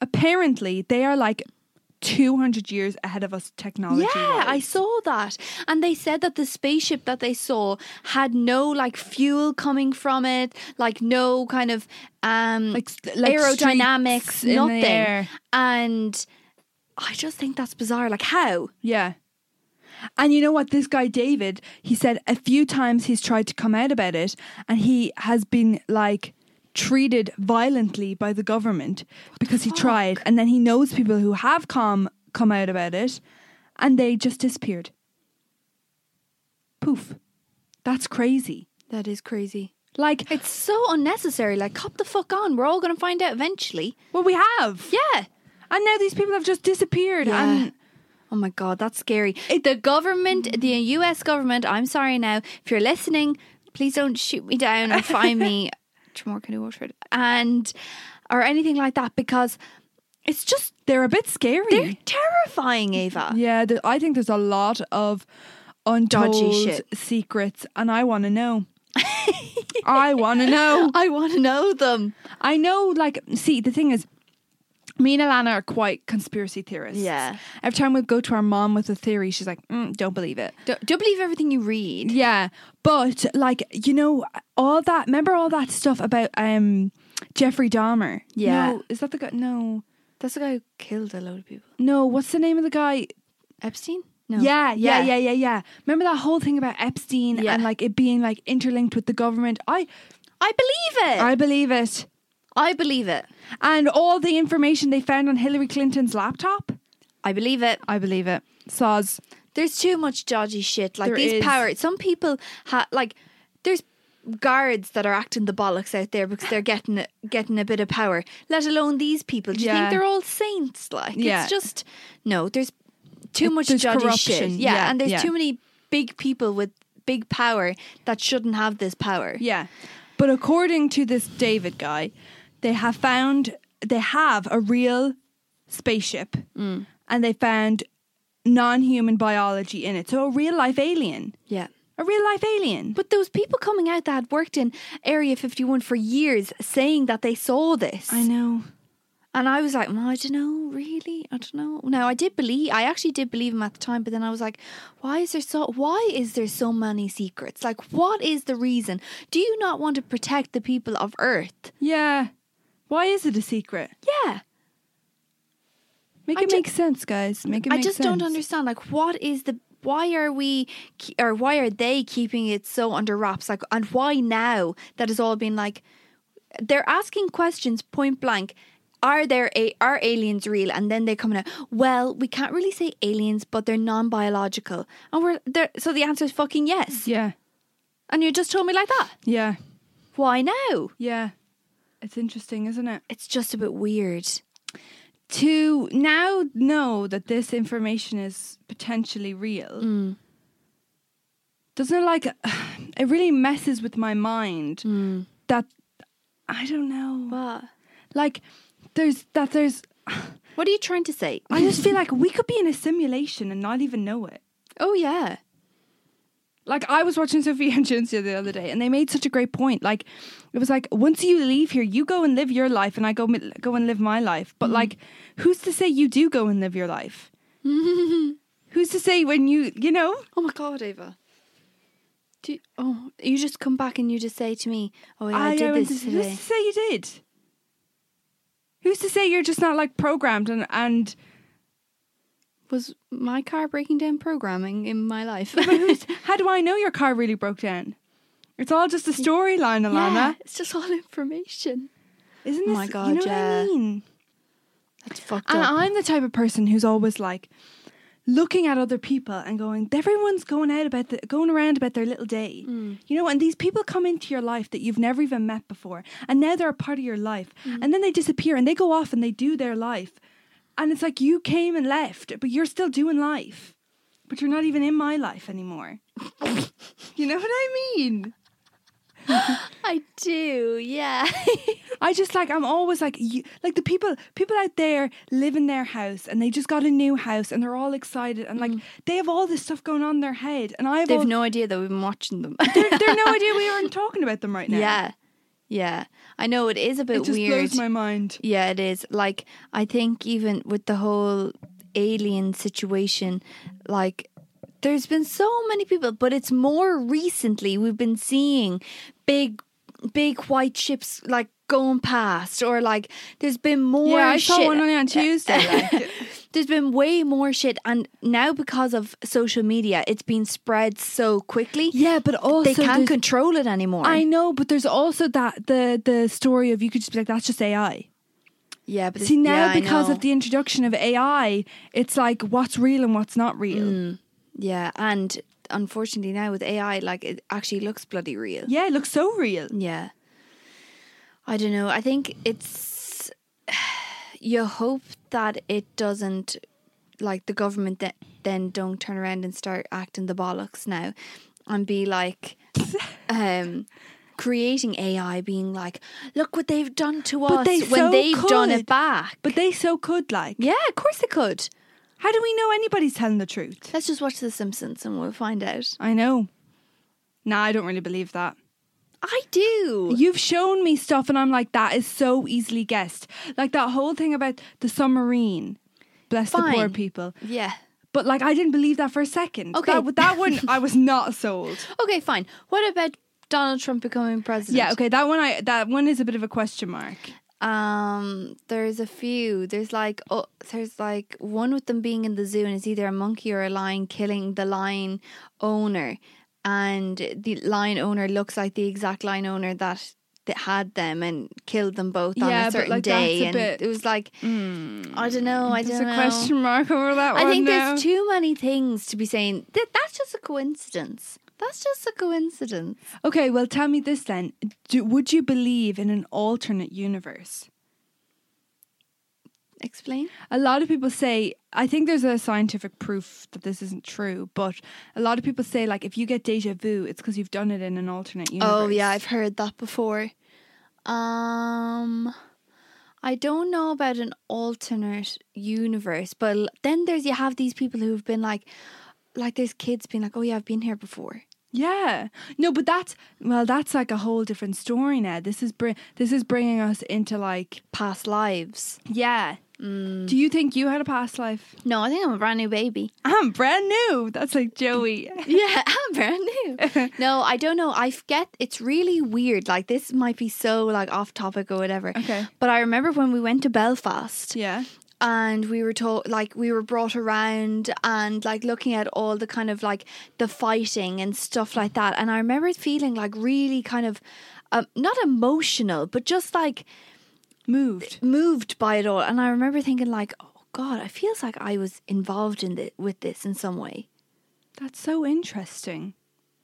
B: apparently, they are like 200 years ahead of us technology.
C: Yeah, I saw that. And they said that the spaceship that they saw had no like fuel coming from it, like no kind of um
B: Like s- like
C: aerodynamics,
B: streaks in the
C: nothing.
B: air.
C: And I just think that's bizarre. Like how?
B: Yeah. And you know what? This guy, David, he said a few times he's tried to come out about it and he has been like treated violently by the government because he tried. And then he knows people who have come, come out about it and they just disappeared. Poof. That's crazy.
C: That is crazy.
B: Like,
C: It's so unnecessary. Like cop the fuck on. We're all gonna find out eventually.
B: well, we have.
C: Yeah.
B: And now these people have just disappeared.
C: Yeah.
B: And
C: Oh my god, that's scary. the government, the US government, I'm sorry now, if you're listening, please don't shoot me down and find me Tremorca New Waterford and or anything like that because it's just
B: they're a bit scary.
C: they're terrifying, Ava.
B: Yeah, th- I think there's a lot of untold
C: shit.
B: secrets, and I want to know. I want to know.
C: I want to know them.
B: I know, like, see, the thing is, me and Alana are quite conspiracy theorists.
C: Yeah.
B: Every time we go to our mom with a theory, she's like, mm, don't believe it.
C: Don't, don't believe everything you read.
B: Yeah. But, like, you know, all that, remember all that stuff about um Jeffrey Dahmer?
C: Yeah.
B: No, is that the guy? No.
C: That's the guy who killed a load of people.
B: No, what's the name of the guy?
C: Epstein? No.
B: Yeah, Oh. yeah, yeah, yeah, yeah. Remember that whole thing about Epstein
C: Yeah.
B: and like it being like interlinked with the government? I
C: I believe it. I,
B: I believe it.
C: believe it.
B: And all the information they found on Hillary Clinton's laptop?
C: I believe it.
B: I believe it. Soz.
C: There's too much dodgy shit. Like
B: There
C: these
B: is.
C: power. Some people ha- like there's guards that are acting the bollocks out there because they're getting a, getting a bit of power. Let alone these people. Do you
B: Yeah.
C: think they're all saints? Like
B: Yeah.
C: it's just no. There's too much
B: there's
C: dodgy shit.
B: corruption.
C: Yeah,
B: Yeah,
C: and there's
B: yeah.
C: too many big people with big power that shouldn't have this power.
B: Yeah. But according to this David guy, they have found they have a real spaceship and they found non human biology in it. So a real life alien.
C: Yeah.
B: A real life alien.
C: But those people coming out that had worked in Area 51 for years saying that they saw this.
B: I know.
C: And I was like, well, I don't know, really. I don't know. No, I did believe, I actually did believe him at the time, but then I was like, why is there so, why is there so many secrets? Like, what is the reason? Do you not want to protect the people of Earth?
B: Yeah. Why is it a secret?
C: Yeah.
B: Make
C: I
B: it
C: ju-
B: make sense, guys. Make it
C: I
B: make
C: just
B: sense.
C: don't understand. Like, what is the, why are we, ke- or why are they keeping it so under wraps? Like, and why now that has all been like, they're asking questions point blank. Are there a are aliens real? And then they come out. Well, we can't really say aliens, but they're non biological, and we're there. So the answer is fucking yes.
B: Yeah,
C: And you just told me like that.
B: yeah,
C: Why now?
B: yeah. It's interesting, isn't it?
C: It's just a bit weird.
B: To now know that this information is potentially real,
C: Mm.
B: doesn't it like it really messes with my mind
C: Mm.
B: that I don't know.
C: What?
B: Like, there's that there's.
C: What are you trying to say?
B: I just feel like we could be in a simulation and not even know it.
C: Oh yeah.
B: Like I was watching Sophie and Cinzia the other day, and they made such a great point. Like it was like once you leave here, you go and live your life, and I go mi- go and live my life.
C: Mm-hmm.
B: But like, who's to say you do go and live your life? who's to say when you you know?
C: Oh my god, Ava. Do you, oh, you just come back and you just say to me, "Oh, yeah, I, did
B: went
C: this
B: to- who's
C: today."
B: to say you did? Who's to say you're just not like programmed and and
C: Was my car breaking down programming in my life?
B: how do I know your car really broke down? It's all just a storyline, Alana.
C: yeah, it's just all information.
B: Isn't
C: Oh
B: this?
C: my
B: you
C: God,
B: know what
C: yeah.
B: I mean?
C: It's fucked
B: And
C: up.
B: I'm the type of person who's always like looking at other people and going, everyone's going out about the going around about their little day.
C: Mm.
B: You know, and these people come into your life that you've never even met before. And now they're a part of your life.
C: Mm.
B: And then they disappear and they go off and they do their life. And it's like you came and left, but you're still doing life. But you're not even in my life anymore. you know what I mean?
C: I do, yeah.
B: I just like I'm always like you, like the people people out there live in their house and they just got a new house and they're all excited and like they have all this stuff going on in their head and I have all,
C: They've no idea that we've been watching them.
B: they're, they're no idea we aren't talking about them right now.
C: yeah, yeah. I know it is a bit
B: it just
C: weird.
B: blows my mind.
C: Yeah, it is. Like I think even with the whole alien situation, like there's been so many people, but it's more recently we've been seeing big big white ships like going past or like there's been more
B: yeah, I
C: shit
B: saw one on, on Tuesday. like.
C: there's been way more shit and now because of social media it's been spread so quickly
B: yeah, but also
C: they can't
B: there's-
C: control it anymore
B: I know, but there's also that the the story of you could just be like that's just AI.
C: yeah but
B: See
C: it's-
B: now
C: yeah, I
B: because
C: know.
B: of the introduction of AI, it's like what's real and what's not real.
C: Yeah, and unfortunately now with AI, like it actually looks bloody real.
B: Yeah, it looks so real.
C: Yeah. I don't know. I think it's. You hope that it doesn't, like the government that then don't turn around and start acting the bollocks now, and be like, um, creating AI, being like, look what they've done to
B: But
C: us
B: they
C: when
B: so
C: they've done
B: could.
C: it back.
B: But they so could like.
C: yeah, of course they could.
B: How do we know anybody's telling the truth?
C: Let's just watch The Simpsons and we'll find out.
B: I know. Nah, I don't really believe that.
C: I do.
B: You've shown me stuff, and I'm like, that is so easily guessed. Like that whole thing about the submarine. Bless the poor
C: Fine.
B: people.
C: Yeah.
B: But like, I didn't believe that for a second.
C: Okay.
B: That, that one, I was not sold.
C: Okay, fine. What about Donald Trump becoming president?
B: Yeah, okay, that one, I that one is a bit of a question mark.
C: Um, there's a few. There's like oh, there's like one with them being in the zoo and it's either a monkey or a lion killing the lion owner, and the lion owner looks like the exact lion owner that that had them and killed them both on
B: Yeah,
C: a
B: but,
C: certain
B: like, that's
C: day.
B: a
C: and
B: bit-
C: it was like I don't know. I
B: There's
C: don't
B: a
C: know.
B: question mark over that
C: I
B: one.
C: think
B: now.
C: there's too many things to be saying. Th- that's just a coincidence. That's just a coincidence.
B: Okay, well, tell me this then: Do, Would you believe in an alternate universe?
C: Explain.
B: A lot of people say, I think there's a scientific proof that this isn't true, but a lot of people say, like, if you get deja vu, it's because you've done it in an alternate universe.
C: Oh yeah, I've heard that before. Um I don't know about an alternate universe, but l- then there's you have these people who've been like like there's kids being like, "Oh yeah, I've been here before."
B: Yeah. No, but that's, well, that's like a whole different story now. This is, br- this is bringing us into, like,
C: Past lives.
B: yeah. Do you think you had a past life?
C: No, I think I'm a brand new baby.
B: I'm brand new. That's like Joey.
C: yeah, I'm brand new. no, I don't know. I forget. It's really weird. Like this might be so like off topic or whatever.
B: Okay.
C: But I remember when we went to Belfast.
B: yeah.
C: and we were told like we were brought around and like looking at all the kind of like the fighting and stuff like that and i remember feeling like really kind of um, not emotional but just like
B: Moved.
C: moved by it all and i remember thinking like oh god it feels like i was involved in the, with this in some way
B: That's so interesting.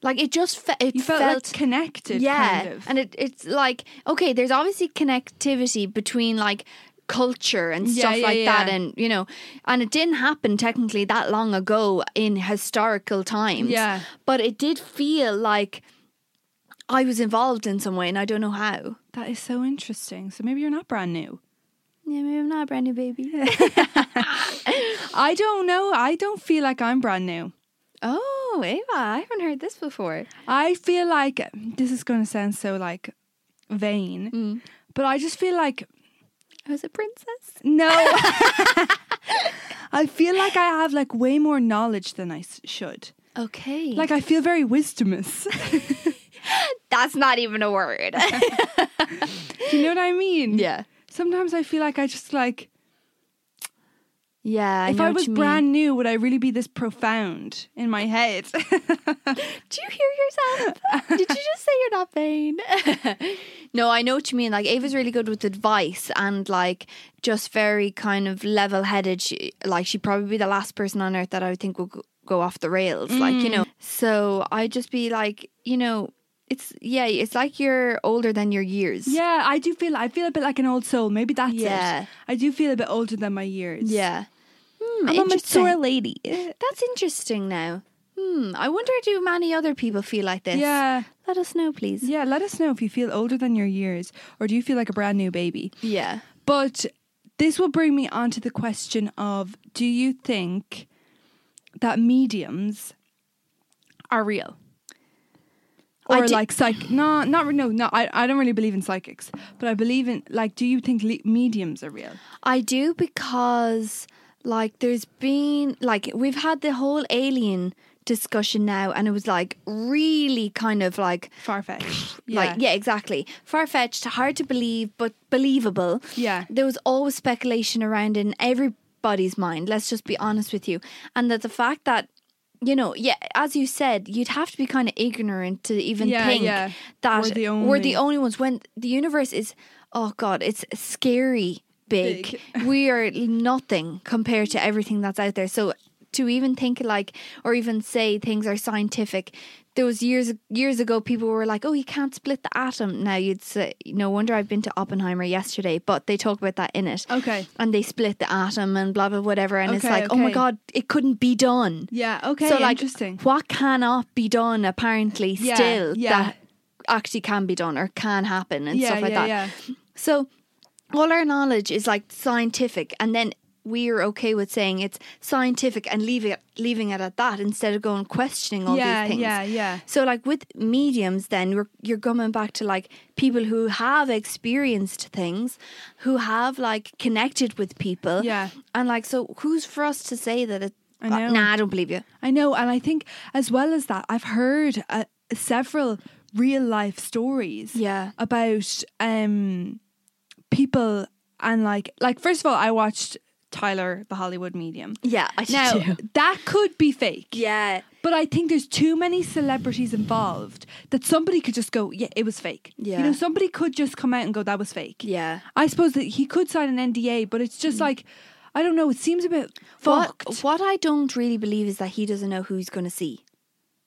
C: like it just fe- it
B: You felt, like connected,
C: yeah
B: kind of.
C: and it, it's like okay there's obviously connectivity between like culture and
B: Yeah,
C: stuff
B: yeah,
C: like that
B: yeah.
C: and you know and it didn't happen technically that long ago in historical times
B: Yeah.
C: but it did feel like i was involved in some way and i don't know how
B: that is so interesting. So maybe you're not brand new.
C: yeah maybe i'm not a brand new baby
B: I don't know. I don't feel like I'm brand new.
C: oh ava i haven't heard this before
B: I feel like this is going to sound so like vain,
C: Mm.
B: but I just feel like
C: i was a princess
B: no. I feel like I have like way more knowledge than I s- should.
C: okay
B: Like I feel very wisdomous.
C: that's not even a word
B: Do you know what I mean?
C: yeah
B: Sometimes I feel like I just like
C: Yeah.
B: if I was brand new, would I really be this profound in my head?
C: Do you hear yourself? Did you just say you're not vain? no, I know what you mean. Like Ava's really good with advice and like just very kind of level headed. She like she'd probably be the last person on earth that I would think would go- go off the rails. Like you
B: Mm.
C: know. So I'd just be like, you know, it's yeah, it's like you're older than your years.
B: yeah, I do feel. I feel a bit like an old soul. Maybe that's
C: Yeah.
B: it. I do feel a bit older than my years.
C: Yeah. Hmm,
B: I'm a
C: interesting.
B: mature lady.
C: That's interesting now. Hmm. I wonder do many other people feel like this?
B: Yeah,
C: Let us know, please.
B: yeah. Let us know if you feel older than your years, or do you feel like a brand new baby?
C: Yeah.
B: But this will bring me on to the question of: Do you think that mediums are real?
C: I
B: Or
C: do-
B: like psych? No, not re- no, no. I, I don't really believe in psychics, but I believe in like. Do you think le- mediums are real?
C: I do because like there's been like we've had the whole alien discussion now and it was like really kind of like
B: Far fetched.
C: like yeah exactly far fetched hard to believe but believable
B: Yeah.
C: there was always speculation around in everybody's mind let's just be honest with you and that the fact that you know yeah as you said you'd have to be kind of ignorant to even
B: Yeah,
C: think
B: yeah.
C: that
B: We're the
C: we're the
B: only-
C: only ones when the universe is oh god it's scary big, we are nothing compared to everything that's out there so to even think like or even say things are scientific there was years years ago people were like oh you can't split the atom now you'd say no wonder i've been to oppenheimer yesterday but they talk about that in it
B: Okay.
C: and they split the atom and blah blah whatever and it's
B: Okay,
C: like oh my
B: okay.
C: god it couldn't be done
B: Yeah. Okay.
C: so like
B: interesting.
C: what cannot be done apparently
B: Yeah,
C: still
B: yeah.
C: that actually can be done or can happen and
B: Yeah,
C: stuff like
B: yeah,
C: that so all our knowledge is like scientific and then we're okay with saying it's scientific and leaving it, leaving it at that instead of going questioning all
B: yeah,
C: these things
B: yeah, yeah.
C: so like with mediums then you're you're coming back to like people who have experienced things, who have like connected with people.
B: Yeah.
C: And like so who's for us to say that it
B: I know.
C: nah, I don't believe you.
B: I know, and I think as well as that, I've heard uh, several real life stories
C: Yeah.
B: about um people and like like first of all, I watched Tyler the Hollywood Medium.
C: Yeah, I
B: Now
C: do.
B: that could be fake,
C: Yeah.
B: but I think there's too many celebrities involved that somebody could just go, yeah, it was fake.
C: Yeah.
B: you know, somebody could just come out and go, that was fake.
C: Yeah. Mm.
B: I suppose that he could sign an NDA, but it's just like I don't know. It seems a bit fucked,
C: What what I don't really believe is that he doesn't know who he's gonna see.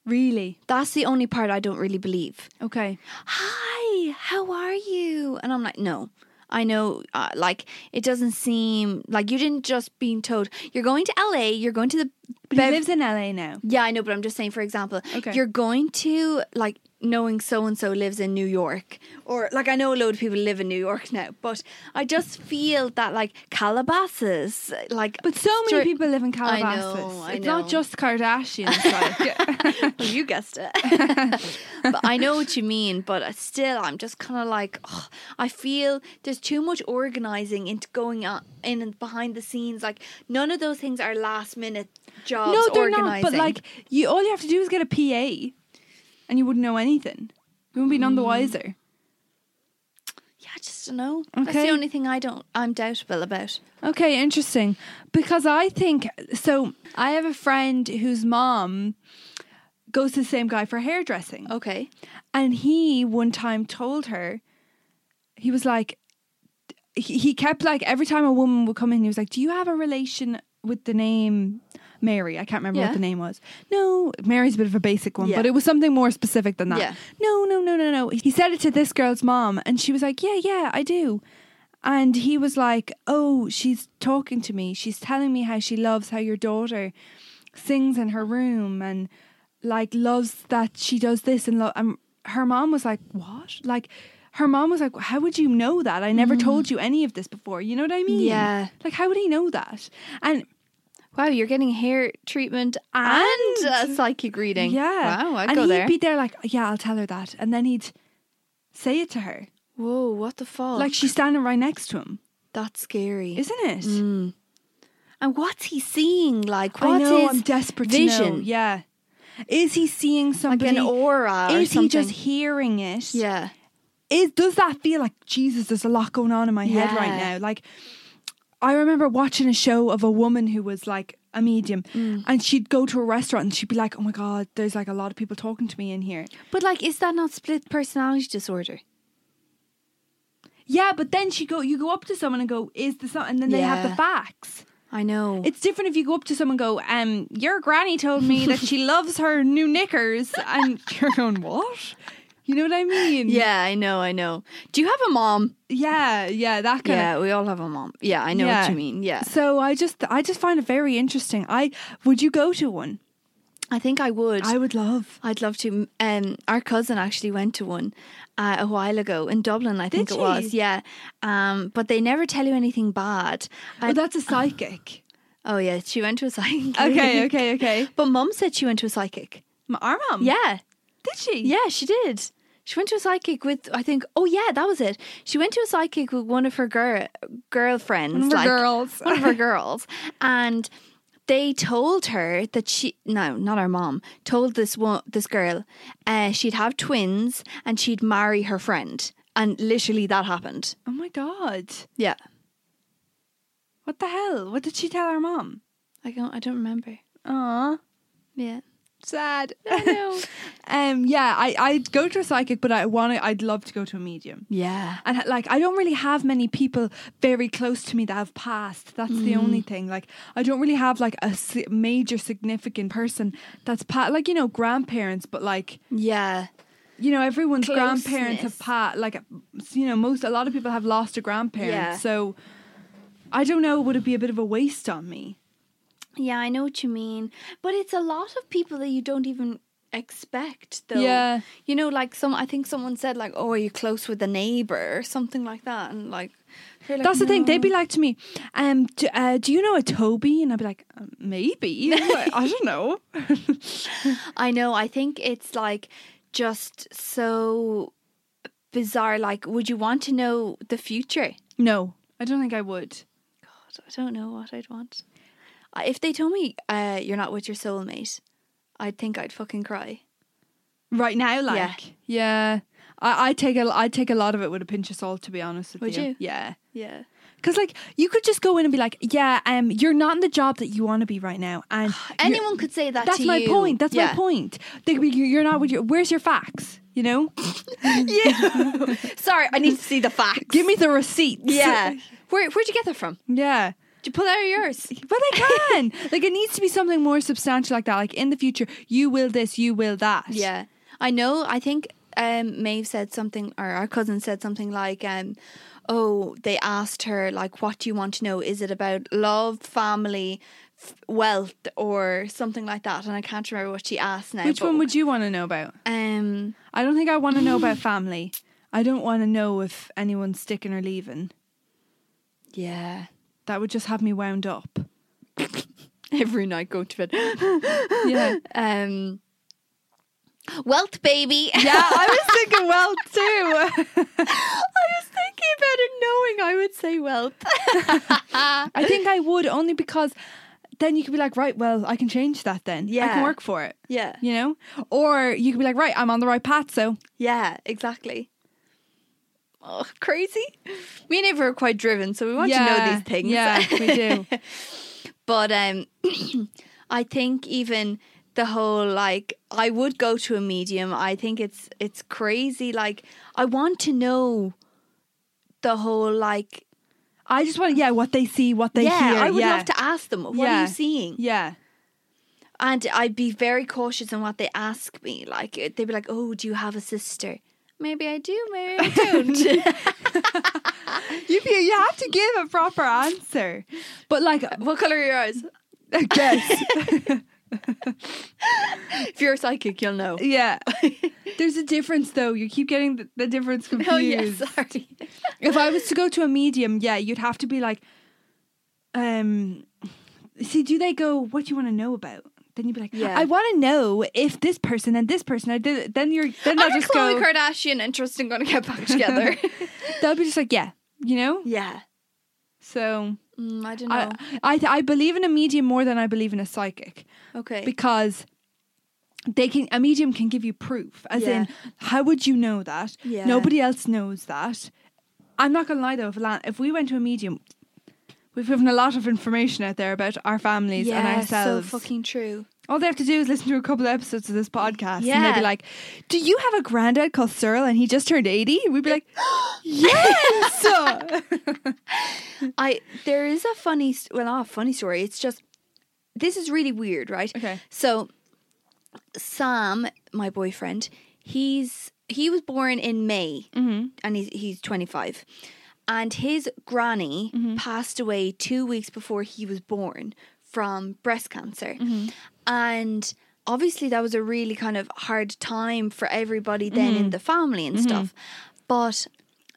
B: really.
C: That's the only part I don't really believe.
B: Okay.
C: hi, how are you? And I'm like, no. I know, uh, like, it doesn't seem like you didn't just being told you're going to LA, you're going to the.
B: But he
C: Bev-
B: lives in LA now.
C: yeah, I know, but I'm just saying, for example,
B: Okay.
C: you're going to, like, knowing so and so lives in New York. Or, like, I know a load of people live in New York now, but I just feel that, like, Calabasas, like.
B: But so many
C: Sure.
B: people live in Calabasas.
C: know, I
B: it's
C: know.
B: not just Kardashians. Like.
C: Well, you guessed it. but I know what you mean. But I still, I'm just kind of like, ugh, I feel there's too much organizing into going on in and behind the scenes. Like none of those things are last minute jobs.
B: no, they're not.
C: organizing.
B: But like, you all you have to do is get a PA, and you wouldn't know anything. You wouldn't be none the
C: Mm.
B: wiser.
C: yeah, I just don't know. That's the
B: Okay.
C: only thing I don't. I'm doubtful about.
B: Okay, interesting. Because I think so. I have a friend whose mom goes to the same guy for hairdressing.
C: Okay.
B: And he one time told her, he was like, he he kept like every time a woman would come in, he was like, "Do you have a relation with the name Mary?" I can't remember
C: Yeah.
B: what the name was. No, Mary's a bit of a basic one,
C: Yeah.
B: but it was something more specific than that.
C: Yeah.
B: No, no, no, no, no. He said it to this girl's mom, and she was like, "Yeah, yeah, I do." And he was like, "Oh, she's talking to me. She's telling me how she loves how your daughter sings in her room and like loves that she does this and, lo- and her mom was like what like her mom was like how would you know that i never told you any of this before you know what i mean
C: Mm. Yeah.
B: like how would he know that and
C: Wow, you're getting hair treatment and, a psychic reading.
B: yeah
C: Wow, I'd
B: and
C: go
B: he'd
C: there.
B: be there like yeah i'll tell her that and then he'd say it to her
C: Whoa, what the fuck?
B: like she's standing right next to him
C: that's scary.
B: isn't it
C: Mm. and what's he seeing? Like,
B: i
C: what's
B: know
C: his
B: i'm desperate to know
C: vision?
B: yeah is he seeing
C: like
B: somebody
C: an aura or
B: is he
C: something.
B: just hearing it
C: yeah
B: is does that feel like Jesus? There's a lot going on in my head right
C: Yeah.
B: now. Like I remember watching a show of a woman who was like a medium
C: Mm.
B: and she'd go to a restaurant and she'd be like, Oh my god, there's like a lot of people talking to me in here.
C: But like, is that not split personality disorder?
B: Yeah, but then she go you go up to someone and go, Is this not and then they have the
C: Yeah.
B: facts.
C: I know.
B: It's different if you go up to someone and go, um, your granny told me that she loves her new knickers and you're going, What? You know what I mean?
C: yeah, I know, I know. Do you have a mom?
B: Yeah, yeah, that kind of
C: Yeah, we all have a mom. Yeah, I know
B: Yeah.
C: what you mean. Yeah.
B: so I just I just find it very interesting. I would you go to one?
C: I think I would.
B: I would love.
C: I'd love to. Um, our cousin actually went to one uh, a while ago in Dublin, I think
B: Did
C: it was.
B: she?
C: Yeah, um, but they never tell you anything bad. I-
B: Well, Oh, that's a psychic.
C: oh yeah, she went to a psychic.
B: okay, okay, okay.
C: But mum said she went to a psychic.
B: My, our mum.
C: Yeah,
B: Did she?
C: yeah, she did. She went to a psychic with, I think. Oh yeah, that was it. She went to a psychic with one of her girl girlfriends.
B: One of her
C: like-
B: girls.
C: one of her girls, and they told her that she no, not her mom told this one this girl, uh, she'd have twins and she'd marry her friend, and literally that happened.
B: Oh my god.
C: Yeah,
B: What the hell? What did she tell our mum?
C: I don't, I don't remember.
B: Aw.
C: Yeah,
B: Sad.
C: I know.
B: um yeah, I, I'd go to a psychic, but I wanna I'd love to go to a medium.
C: yeah,
B: And uh, like I don't really have many people very close to me that have passed. That's the
C: Mm.
B: only thing. Like I don't really have like a si- major significant person that's passed. Like you know grandparents, but like
C: yeah,
B: you know everyone's grandparents have
C: Closeness.
B: passed. Like you know most a lot of people have lost a grandparent.
C: Yeah.
B: So I don't know. Would it be a bit of a waste on me?
C: yeah. I know what you mean, but it's a lot of people that you don't even expect though
B: Yeah.
C: you know like some i think someone said like oh are you close with a neighbor or something like that and like, they're like,
B: That's the thing.
C: "No."
B: They'd be like to me, um, do, uh, "Do you know a Toby?" And I'd be like, "Um, "Maybe." I don't know.
C: I know. I think it's like just so bizarre. Like, would you want to know the future?
B: no, I don't think I would.
C: God, I don't know what I'd want. Uh, If they told me uh, you're not with your soulmate, I'd think I'd fucking cry.
B: right now like yeah, I, I take a I take a lot of it with a pinch of salt to be honest with
C: Would you?
B: yeah
C: Yeah.
B: because like you could just go in and be like yeah um you're not in the job that you want to be right now and you're-
C: Anyone could say that.
B: that's
C: to
B: my
C: you.
B: point that's my
C: Yeah.
B: point they could be "You- you're not with your where's your facts you know
C: yeah. Sorry, I need to see the facts.
B: give me the receipts
C: Yeah. Where Where'd you get that from?
B: yeah
C: Did you pull out of yours?
B: but they can like it needs to be something more substantial like that like in the future you will this you will that
C: Yeah, I know. I think um, Maeve said something, or our cousin said something like, um, "Oh, they asked her like, what do you want to know? Is it about love, family, f- wealth, or something like that?" And I can't remember what she asked now.
B: which one would you want to know about
C: Um,
B: I don't think I want to know about family. I don't want to know if anyone's sticking or leaving.
C: yeah.
B: That would just have me wound up.
C: Every night go to bed.
B: Yeah.
C: um, wealth, baby.
B: yeah, I was thinking well too.
C: I was thinking about it, knowing I would say wealth.
B: I think I would only because then you could be like, right, well, I can change that then. I can
C: Yeah.
B: work for it,
C: yeah.
B: you know? Or you could be like, right, I'm on the right path, so
C: Yeah, exactly. Oh, crazy. Me and Ava are quite driven, so we want to know
B: Yeah,
C: these things.
B: yeah, we do.
C: but um I think even the whole like I would go to a medium. I think it's it's crazy like I want to know the whole like
B: I just want to, yeah, what they see, what they
C: yeah,
B: hear.
C: I would
B: yeah.
C: love to ask them, what are
B: Yeah.
C: you seeing?
B: Yeah.
C: And I'd be very cautious in what they ask me. Like they'd be like, "Oh, do you have a sister?" Maybe I do, maybe I don't.
B: You, you have to give a proper answer. But like,
C: What color are your eyes?
B: guess.
C: If you're a psychic, you'll know.
B: yeah.
C: Oh,
B: There's a difference though. You keep getting the, the difference confused.
C: Oh yeah, sorry.
B: if I was to go to a medium, yeah, you'd have to be like, um, see, do they go? What do you want to know about? Then you'd be like,
C: Yeah.
B: I want to know if this person and this person. I did. Then you're. Then
C: Are
B: they'll just
C: Khloe
B: go.
C: Kardashian and Tristan going to get back together?
B: they'll be just like, yeah, you know.
C: yeah.
B: So
C: Mm, I don't know.
B: I, I, th- I believe in a medium more than I believe in a psychic
C: okay.
B: because they can a medium can give you proof as
C: Yeah.
B: in how would you know that
C: Yeah.
B: nobody else knows that i'm not gonna lie though if, Lan- if we went to a medium We've given a lot of information out there about our families and
C: Yeah, so
B: ourselves.
C: fucking true.
B: All they have to do is listen to a couple of episodes of this podcast, and they'd
C: Yeah.
B: be like, "Do you have a granddad called Cyril and he just turned 80? We'd be like, "Yes."
C: I there is a funny s- well not a funny story. It's just this is really weird, right?
B: Okay.
C: So Sam, my boyfriend, he's he was born in May, and he's he's twenty five, and his granny passed away two weeks before he was born from breast cancer, and obviously that was a really kind of hard time for everybody then in the family and stuff, but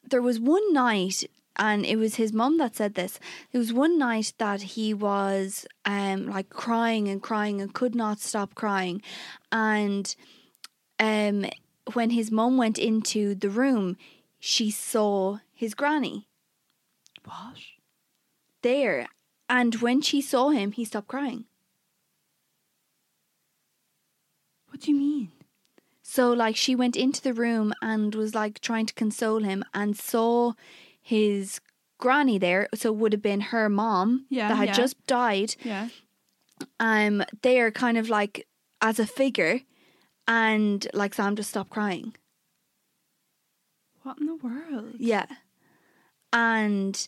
C: there was one night and it was his mum that said this there was one night that he was um like crying and crying and could not stop crying and um when his mum went into the room she saw his granny
B: what?
C: there and when she saw him he stopped crying
B: What do you mean?
C: so like she went into the room and was like trying to console him and saw his granny there so it would have been her mom
B: Yeah,
C: that had
B: yeah.
C: just died
B: Yeah.
C: um they are kind of like as a figure and like Sam just stopped crying.
B: What in the world?
C: Yeah. And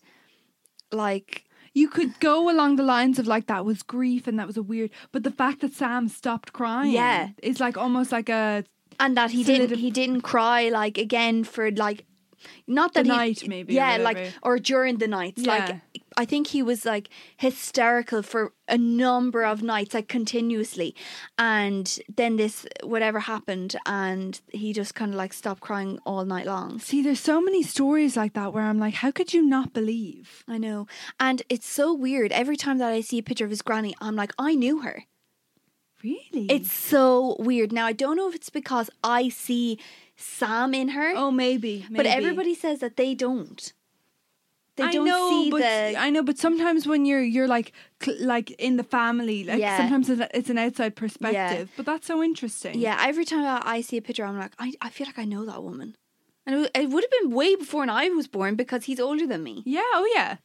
C: like
B: You could go along the lines of like that was grief and that was a weird, but the fact that Sam stopped crying,
C: Yeah.
B: is like almost like a
C: and that he
B: So
C: didn't
B: did-
C: he didn't cry like again for like not that
B: The
C: he,
B: night, maybe, or
C: yeah like
B: whatever.
C: or during the nights
B: Yeah.
C: like I think he was like hysterical for a number of nights like continuously and then this whatever happened and he just kind of like stopped crying all night long
B: See, there's so many stories like that where I'm like, how could you not believe?
C: I know. And it's so weird. Every time that I see a picture of his granny, I'm like, I knew her.
B: Really?
C: It's so weird. Now, I don't know if it's because I see Sam in her,
B: oh, maybe,
C: but
B: maybe.
C: everybody says that they don't. They
B: I
C: don't
B: know,
C: see
B: but
C: the.
B: I know, but sometimes when you're you're like cl- like in the family, like
C: Yeah.
B: sometimes it's it's an outside perspective. But that's so interesting.
C: yeah, every time I I see a picture, I'm like, I, I feel like I know that woman. And it wa- it would have been way before when I was born because he's older than me.
B: Yeah. Oh, yeah.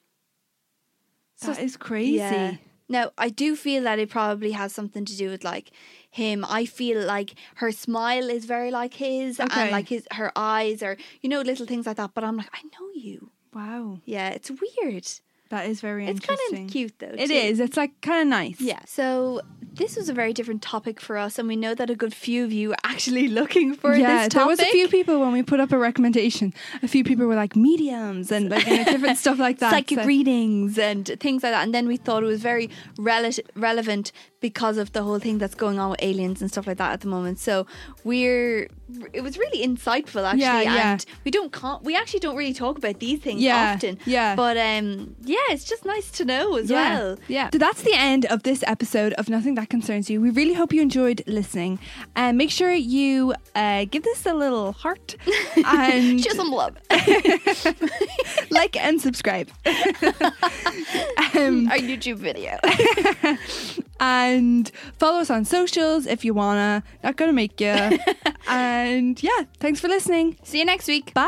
C: So-
B: that is crazy.
C: Yeah. No, I do feel that it probably has something to do with like him. I feel like her smile is very like his,
B: Okay.
C: and like his her eyes or you know little things like that. But I'm like, I know you.
B: Wow.
C: Yeah, it's weird.
B: That is very
C: It's
B: interesting.
C: kind of cute though.
B: It
C: too.
B: is. It's like kind of nice.
C: Yeah. So this was a very different topic for us, and we know that a good few of you are actually looking for
B: yeah,
C: this topic.
B: there was a few people when we put up a recommendation. A few people were like mediums and like you know, different stuff like that.
C: psychic
B: so-
C: readings and things like that. And then we thought it was very rele- relevant because of the whole thing that's going on with aliens and stuff like that at the moment. So we're it was really insightful actually,
B: Yeah, yeah.
C: and we don't con- we actually don't really talk about these things
B: Yeah,
C: often.
B: yeah.
C: but um, yeah, it's just nice to know as
B: yeah.
C: well.
B: Yeah. So that's the end of this episode of Nothing That Concerns You. We really hope you enjoyed listening. Uh, make sure you uh, give this a little heart and
C: Show some love.
B: like and subscribe. um,
C: Our YouTube video.
B: and follow us on socials if you wanna. Not gonna make you. and yeah, thanks for listening.
C: See you next week.
B: Bye.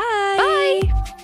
C: Bye.